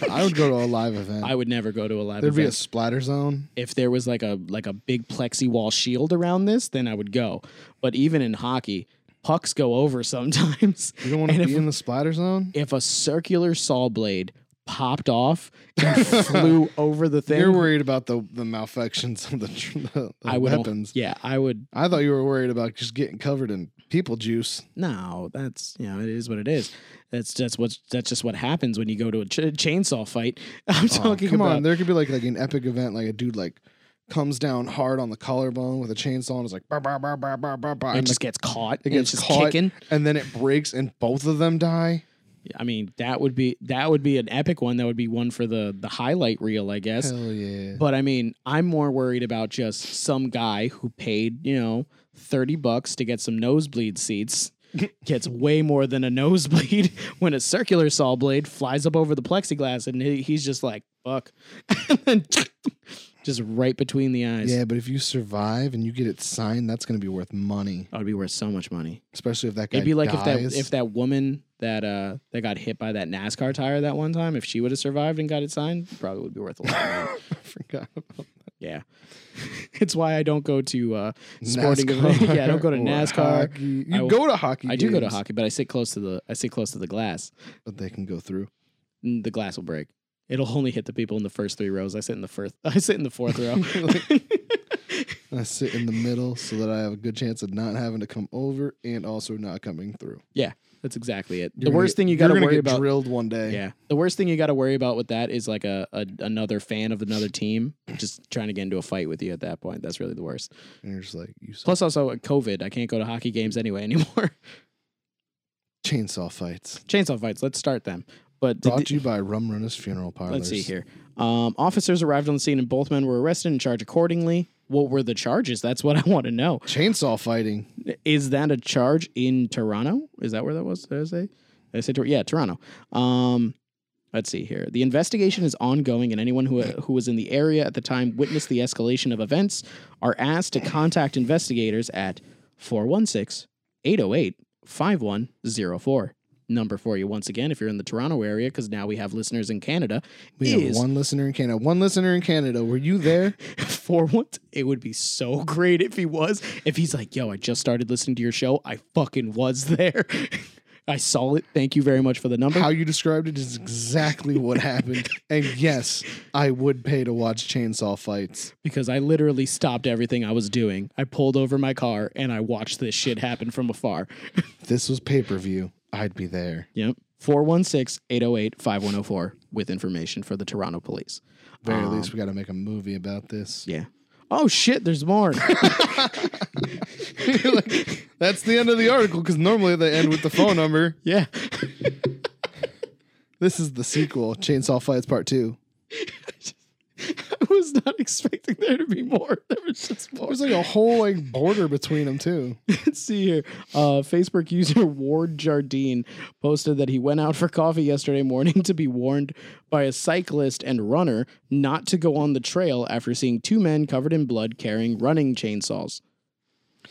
Speaker 1: If I would go to a live event,
Speaker 2: I would never go to a live
Speaker 1: there'd be a
Speaker 2: event.
Speaker 1: splatter zone.
Speaker 2: if there was like a like a big plexi wall shield around this, then I would go. But even in hockey, pucks go over *laughs* sometimes. *laughs*
Speaker 1: You don't want to
Speaker 2: And
Speaker 1: be in the splatter zone.
Speaker 2: If a circular saw blade popped off *laughs* and flew over the thing.
Speaker 1: You're worried about the the malfunctions of the, tr- *laughs* the, the
Speaker 2: I would, al-
Speaker 1: weapons.
Speaker 2: Yeah, I would.
Speaker 1: I thought you were worried about just getting covered in people juice.
Speaker 2: No, that's you know, it is what it is. That's that's what that's just what happens when you go to a ch- chainsaw fight. *laughs* I'm
Speaker 1: Oh,
Speaker 2: talking
Speaker 1: come
Speaker 2: about.
Speaker 1: on, there could be like like an epic event, like a dude like comes down hard on the collarbone with a chainsaw and is like, "Bah, bah, bah, bah, bah, bah, bah,"
Speaker 2: and
Speaker 1: and,
Speaker 2: it just gets caught.
Speaker 1: it
Speaker 2: and it's
Speaker 1: gets
Speaker 2: just
Speaker 1: caught.
Speaker 2: kicking.
Speaker 1: like- and then it breaks and both of them die.
Speaker 2: I mean, that would be that would be an epic one. That would be one for the the highlight reel, I guess.
Speaker 1: Hell yeah!
Speaker 2: But I mean, I'm more worried about just some guy who paid, you know, 30 bucks to get some
Speaker 1: *laughs*
Speaker 2: nosebleed seats. Gets way more than a nosebleed *laughs* when a circular saw blade flies up over the plexiglass and he, he's just like, fuck. *laughs* and then just right between the eyes.
Speaker 1: Yeah, but if you survive and you get it signed, that's going to be worth money,
Speaker 2: That would be worth so much money.
Speaker 1: especially if that guy.
Speaker 2: It'd be like if
Speaker 1: dies.
Speaker 2: that *laughs* if that woman that uh that got hit by that NASCAR tire that one time, if she would have survived and got it signed, probably would be worth a lot of money.
Speaker 1: *laughs* I forgot about
Speaker 2: Yeah. *laughs* it's why I don't go to uh sporting
Speaker 1: NASCAR
Speaker 2: events. *laughs* Yeah, I don't go to
Speaker 1: *laughs* or
Speaker 2: NASCAR.
Speaker 1: hockey. You
Speaker 2: I w-
Speaker 1: go to hockey.
Speaker 2: I do go to
Speaker 1: games,
Speaker 2: hockey, but I sit close to the I sit close to the glass.
Speaker 1: but they can go
Speaker 2: *laughs*
Speaker 1: through.
Speaker 2: Mm, The glass will break. It'll only hit the people in the first three rows. I sit in the first *laughs* I sit in the fourth row.
Speaker 1: *laughs*
Speaker 2: *laughs*
Speaker 1: I sit in the middle so that I have a good chance of not having to come over and also not coming through.
Speaker 2: That's exactly it.
Speaker 1: You're
Speaker 2: the
Speaker 1: gonna
Speaker 2: worst
Speaker 1: get-
Speaker 2: thing you
Speaker 1: you're
Speaker 2: got to
Speaker 1: gonna
Speaker 2: worry
Speaker 1: get
Speaker 2: about
Speaker 1: Drilled one day.
Speaker 2: Yeah. The worst thing you got to worry about with that is like a, a another fan of another team just trying to get into a fight with you at that point. That's really the worst.
Speaker 1: and you're just like you saw
Speaker 2: Plus also uh, COVID, I can't go to hockey games anyway anymore. *laughs*
Speaker 1: chainsaw fights.
Speaker 2: Chainsaw fights, let's start them. But
Speaker 1: Brought to you by Rum Runner's Funeral Parlors.
Speaker 2: Let's see here. Um, officers arrived on the scene and both men were arrested and charged accordingly. What were the charges? That's what I want to know.
Speaker 1: Chainsaw fighting.
Speaker 2: Is that a charge in Toronto? Is that where that was? Did I say? Did I say Tor- yeah, Toronto. Um, let's see here. The investigation is ongoing, and anyone who who was in the area at the time witnessed the escalation of events are asked to contact investigators at 416 808 5104. Number for you once again if you're in the Toronto area, because now we have listeners in Canada.
Speaker 1: We have
Speaker 2: is-
Speaker 1: one listener in Canada. One listener in Canada. Were you
Speaker 2: *laughs*
Speaker 1: there?
Speaker 2: for once. It would be so great if he was. If he's like, yo, I just started listening to your show. I fucking was there. *laughs* I saw it. Thank you very much for the number.
Speaker 1: How you described it is exactly what happened. And yes, I would pay to watch chainsaw fights.
Speaker 2: Because I literally stopped everything I was doing. I pulled over my car and I watched this shit happen from afar. *laughs*
Speaker 1: If this was pay per view, I'd be there.
Speaker 2: Yep. 416 808 5104 with information for the Toronto police.
Speaker 1: Very
Speaker 2: Um,
Speaker 1: least we got to make a movie about this. *laughs*
Speaker 2: Yeah. Oh shit, there's more. *laughs*
Speaker 1: Like, that's the end of the article because normally they end with the phone number.
Speaker 2: yeah. *laughs*
Speaker 1: This is the sequel, Chainsaw Fights Part Two.
Speaker 2: I was not expecting there to be more. There was just more.
Speaker 1: There's like a whole like border between them too.
Speaker 2: Let's *laughs* see here. Uh, Facebook user *laughs* Ward Jardine posted that he went out for coffee yesterday morning to be warned by a cyclist and runner not to go on the trail after seeing two men covered in blood carrying running chainsaws.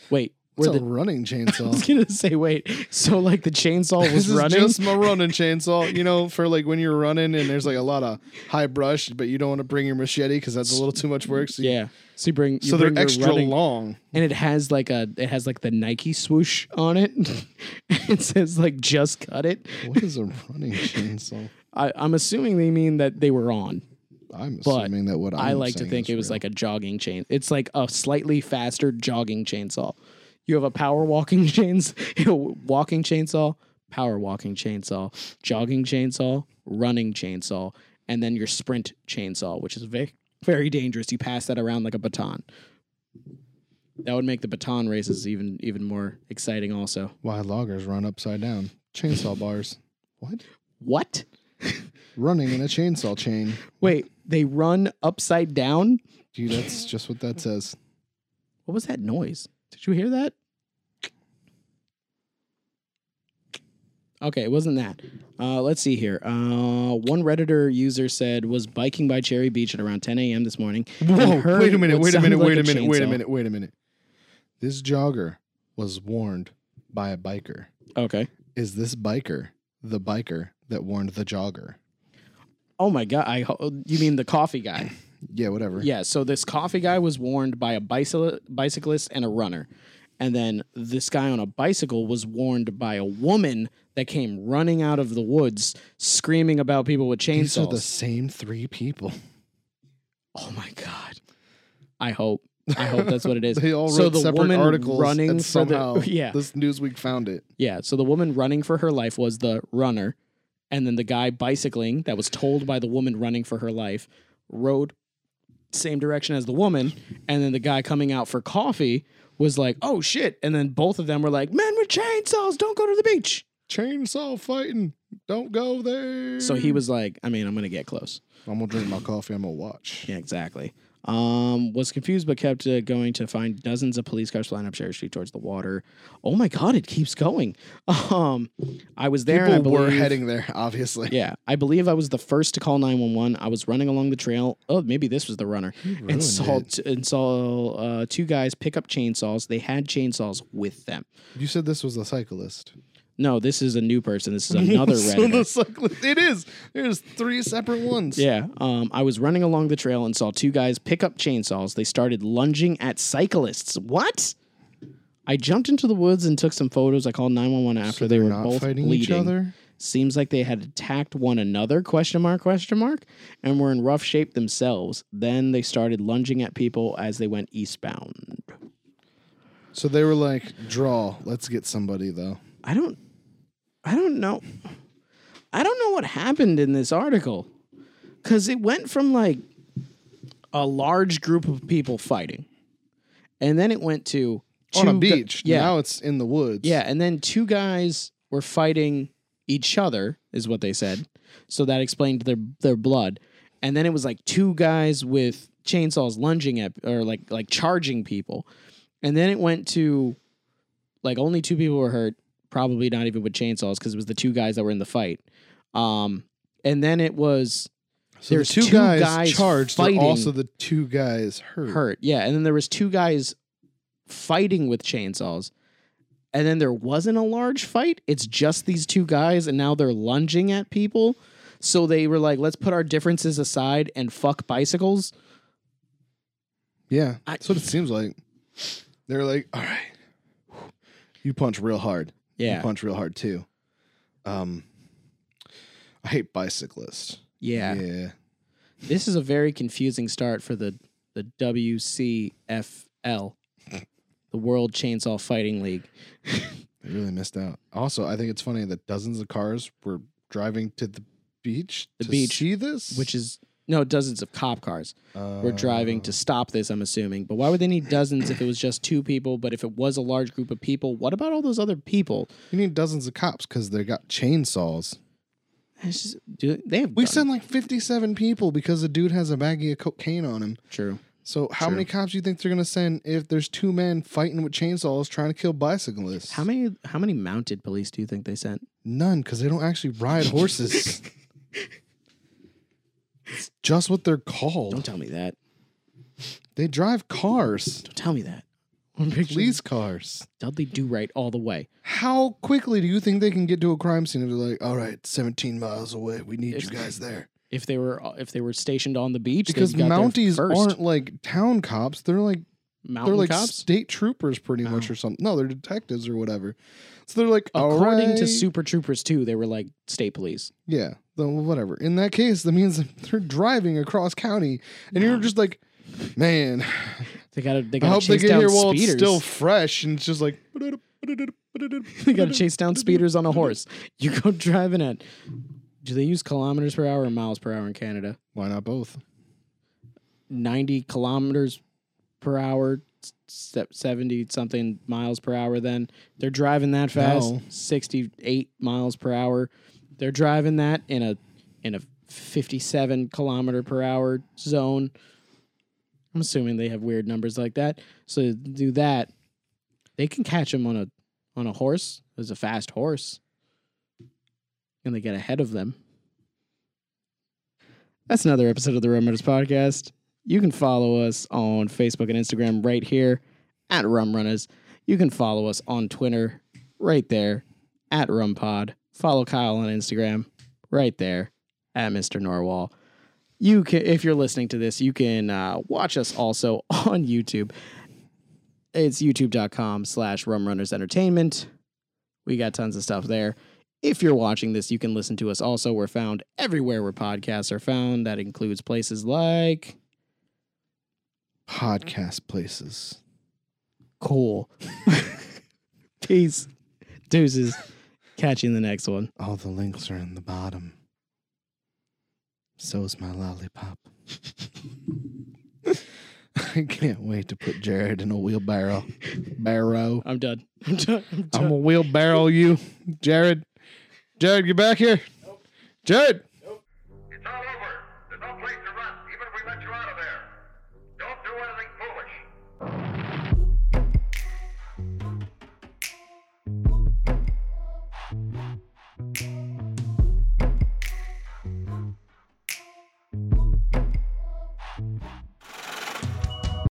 Speaker 2: Wait,
Speaker 1: It's
Speaker 2: were
Speaker 1: a
Speaker 2: the,
Speaker 1: running
Speaker 2: *laughs* I was
Speaker 1: chainsaw.
Speaker 2: gonna say wait. So like the
Speaker 1: *laughs*
Speaker 2: chainsaw
Speaker 1: This
Speaker 2: was
Speaker 1: is
Speaker 2: running.
Speaker 1: just my running chainsaw. You know, for like when you're running and there's like a lot of high brush, but you don't want to bring your machete because that's a little too much work. So, you-
Speaker 2: yeah. So you bring you
Speaker 1: so they're
Speaker 2: bring your
Speaker 1: extra
Speaker 2: running-
Speaker 1: long.
Speaker 2: and it has like a it has like the Nike swoosh on it. *laughs* it says like just cut it.
Speaker 1: What is a running chainsaw?
Speaker 2: I, I'm assuming they mean that they were on.
Speaker 1: I'm
Speaker 2: But
Speaker 1: assuming that what I'm
Speaker 2: I like to
Speaker 1: saying
Speaker 2: think
Speaker 1: is
Speaker 2: it was
Speaker 1: real.
Speaker 2: like a jogging chain. It's like a slightly faster jogging chainsaw. You have a power walking *laughs* chains, walking chainsaw, power walking chainsaw, jogging chainsaw, running chainsaw, and then your sprint chainsaw, which is very very dangerous. You pass that around like a baton. That would make the baton races even even more exciting. Also,
Speaker 1: why loggers run upside down. Chainsaw bars. What?
Speaker 2: what?
Speaker 1: Running in a chainsaw chain.
Speaker 2: Wait, they run upside down.
Speaker 1: Dude, that's just what that says.
Speaker 2: What was that noise? Did you hear that? Okay, it wasn't that. Uh, let's see here. Uh, one Redditor user said was biking by Cherry Beach at around 10 a.m. this morning.
Speaker 1: *laughs*
Speaker 2: and
Speaker 1: Whoa,
Speaker 2: heard
Speaker 1: wait a minute,
Speaker 2: what
Speaker 1: wait a
Speaker 2: sounded
Speaker 1: minute,
Speaker 2: like
Speaker 1: wait a minute, wait a
Speaker 2: chainsaw.
Speaker 1: minute, wait a minute. This jogger was warned by a biker.
Speaker 2: Okay.
Speaker 1: Is this biker the biker that warned the jogger?
Speaker 2: Oh my god! I ho- you mean the coffee guy?
Speaker 1: Yeah, whatever.
Speaker 2: Yeah. So this coffee guy was warned by a bicycle bicyclist and a runner, And then this guy on a bicycle was warned by a woman that came running out of the woods screaming about people with
Speaker 1: These are
Speaker 2: chainsaws.
Speaker 1: the same three
Speaker 2: *laughs*
Speaker 1: people.
Speaker 2: oh my god. I hope. I hope that's what it
Speaker 1: *laughs*
Speaker 2: is.
Speaker 1: They all wrote
Speaker 2: So the
Speaker 1: separate
Speaker 2: woman
Speaker 1: articles,
Speaker 2: running
Speaker 1: and
Speaker 2: for the-
Speaker 1: somehow
Speaker 2: *laughs* yeah.
Speaker 1: this Newsweek found it.
Speaker 2: Yeah. So the woman running for her life was the runner. And then the guy bicycling that was told by the woman running for her life rode same direction as the woman. And then the guy coming out for coffee was like, oh shit. And then both of them were like, men with chainsaws, don't go to the beach.
Speaker 1: Chainsaw fighting. Don't go there.
Speaker 2: So he was like, I mean, I'm going to get close.
Speaker 1: I'm gonna drink my coffee. I'm gonna watch.
Speaker 2: Yeah, exactly. Um, was confused but kept uh, going to find dozens of police cars flying up Cherry Street towards the water. Oh my God, it keeps going. *laughs* Um, I was there. and I
Speaker 1: People were
Speaker 2: believe- *laughs*
Speaker 1: heading there, obviously.
Speaker 2: Yeah, I believe I was the first to call 911. I was running along the trail. Oh, maybe this was the runner.
Speaker 1: He ruined
Speaker 2: And saw,
Speaker 1: it.
Speaker 2: t- and saw uh, two guys pick up chainsaws. They had chainsaws with them.
Speaker 1: You said this was a cyclist.
Speaker 2: No, this is a new person.
Speaker 1: *laughs*
Speaker 2: This is another
Speaker 1: so
Speaker 2: Redditor.
Speaker 1: the cyclist. It is. There's three separate ones.
Speaker 2: Yeah. Um, I was running along the trail and saw two guys pick up chainsaws. They started lunging at cyclists. What? I jumped into the woods and took some photos. I called 911 after
Speaker 1: So
Speaker 2: they
Speaker 1: they're
Speaker 2: were
Speaker 1: not
Speaker 2: both
Speaker 1: fighting
Speaker 2: bleeding.
Speaker 1: each other.
Speaker 2: Seems like they had attacked one another, question mark, question mark, and were in rough shape themselves. Then they started lunging at people as they went eastbound.
Speaker 1: So they were like, "Draw. Let's get somebody though."
Speaker 2: I don't I don't know. I don't know what happened in this article. Cause it went from like a large group of people fighting. And then it went to
Speaker 1: On a
Speaker 2: two gu-
Speaker 1: beach.
Speaker 2: yeah.
Speaker 1: Now it's in the woods.
Speaker 2: Yeah, and then two guys were fighting each other, is what they said. So that explained their their blood. And then it was like two guys with chainsaws lunging at or like like charging people. And then it went to like only two people were hurt, probably not even with chainsaws because it was the two guys that were in the fight. Um and then it was
Speaker 1: So
Speaker 2: There's
Speaker 1: the two,
Speaker 2: two
Speaker 1: guys,
Speaker 2: guys
Speaker 1: charged.
Speaker 2: fighting.
Speaker 1: They're also the two guys hurt.
Speaker 2: hurt. Yeah, and then there was two guys fighting with chainsaws. And then there wasn't a large fight. It's just these two guys and now they're lunging at people. So they were like, "Let's put our differences aside and fuck bicycles."
Speaker 1: Yeah.
Speaker 2: I-
Speaker 1: That's what it seems like. They're like, "All right, you punch real hard. You
Speaker 2: Yeah.
Speaker 1: punch real hard too." Um, I hate bicyclists.
Speaker 2: Yeah.
Speaker 1: Yeah.
Speaker 2: This is a very confusing start for the the WCFL, the World Chainsaw Fighting League.
Speaker 1: They really missed out. Also, I think it's funny that dozens of cars were driving to the beach
Speaker 2: The
Speaker 1: to
Speaker 2: beach,
Speaker 1: see this,
Speaker 2: which is no dozens of cop cars
Speaker 1: uh,
Speaker 2: were driving to stop this i'm assuming but why would they need dozens if it was just two people but if it was a large group of people what about all those other people
Speaker 1: You need dozens of cops because they got chainsaws.
Speaker 2: It's just- do they have
Speaker 1: We
Speaker 2: guns.
Speaker 1: sent like fifty-seven people because the dude has a baggie of cocaine on him.
Speaker 2: true
Speaker 1: So how
Speaker 2: True.
Speaker 1: many cops do you think they're gonna send if there's two men fighting with chainsaws trying to kill bicyclists?
Speaker 2: how many how many mounted police do you think they sent
Speaker 1: None, because they don't actually ride
Speaker 2: *laughs*
Speaker 1: horses. It's just what they're called.
Speaker 2: don't tell me that
Speaker 1: they drive cars,
Speaker 2: don't tell me that I'm picturing
Speaker 1: police cars.
Speaker 2: dudley do right all the way
Speaker 1: How quickly do you think they can get to a crime scene if they're like, all right, 17 miles away, we need
Speaker 2: If-
Speaker 1: you guys there?
Speaker 2: if they were if they were stationed on the beach they
Speaker 1: Because
Speaker 2: got there
Speaker 1: Mounties
Speaker 2: first.
Speaker 1: aren't like town cops. They're like
Speaker 2: mountain
Speaker 1: they're like
Speaker 2: cops Oh.
Speaker 1: state troopers pretty much or something. No, they're detectives or whatever. So they're like all
Speaker 2: according to
Speaker 1: right.
Speaker 2: super troopers too they were like state police
Speaker 1: Yeah, the, whatever. In that case, that means *laughs* they're driving across county, and you're just like, man,
Speaker 2: they gotta they
Speaker 1: I
Speaker 2: gotta
Speaker 1: hope they
Speaker 2: chase
Speaker 1: get
Speaker 2: down
Speaker 1: here while it's
Speaker 2: speeders
Speaker 1: still fresh. And it's just like, *laughs*
Speaker 2: *laughs* you gotta chase down speeders on a horse. You go driving at. Do they use kilometers per hour or miles per hour in Canada?
Speaker 1: why not both?
Speaker 2: Ninety kilometers per hour, se- seventy something miles per hour. Then they're driving that fast,
Speaker 1: No.
Speaker 2: sixty-eight miles per hour. They're driving that in a in a fifty-seven kilometer per hour zone. I'm assuming they have weird numbers like that. So to do that, they can catch him on a on a horse. It was a fast horse, and they get ahead of them. That's another episode of the Rum Runners podcast. You can follow us on Facebook and Instagram right here at Rum Runners. You can follow us on Twitter right there at Rum Pod. Follow Kyle on Instagram right there at Mr. Norwal. *laughs* You can, if you're listening to this, you can uh, watch us also on YouTube It's youtube.com slash rumrunners entertainment. We got tons of stuff there. If you're watching this, you can listen to us also. We're found everywhere where podcasts are found. That includes places like
Speaker 1: Podcast places.
Speaker 2: cool. Peace. Deuces. Catch you in the next one.
Speaker 1: All the links are in the bottom. So is my lollipop. *laughs* I can't wait to put Jared in a wheelbarrow. Barrow.
Speaker 2: I'm done. *laughs* I'm done. I'm done.
Speaker 1: I'm a wheelbarrow you. Jared. Jared, get back here. Jared.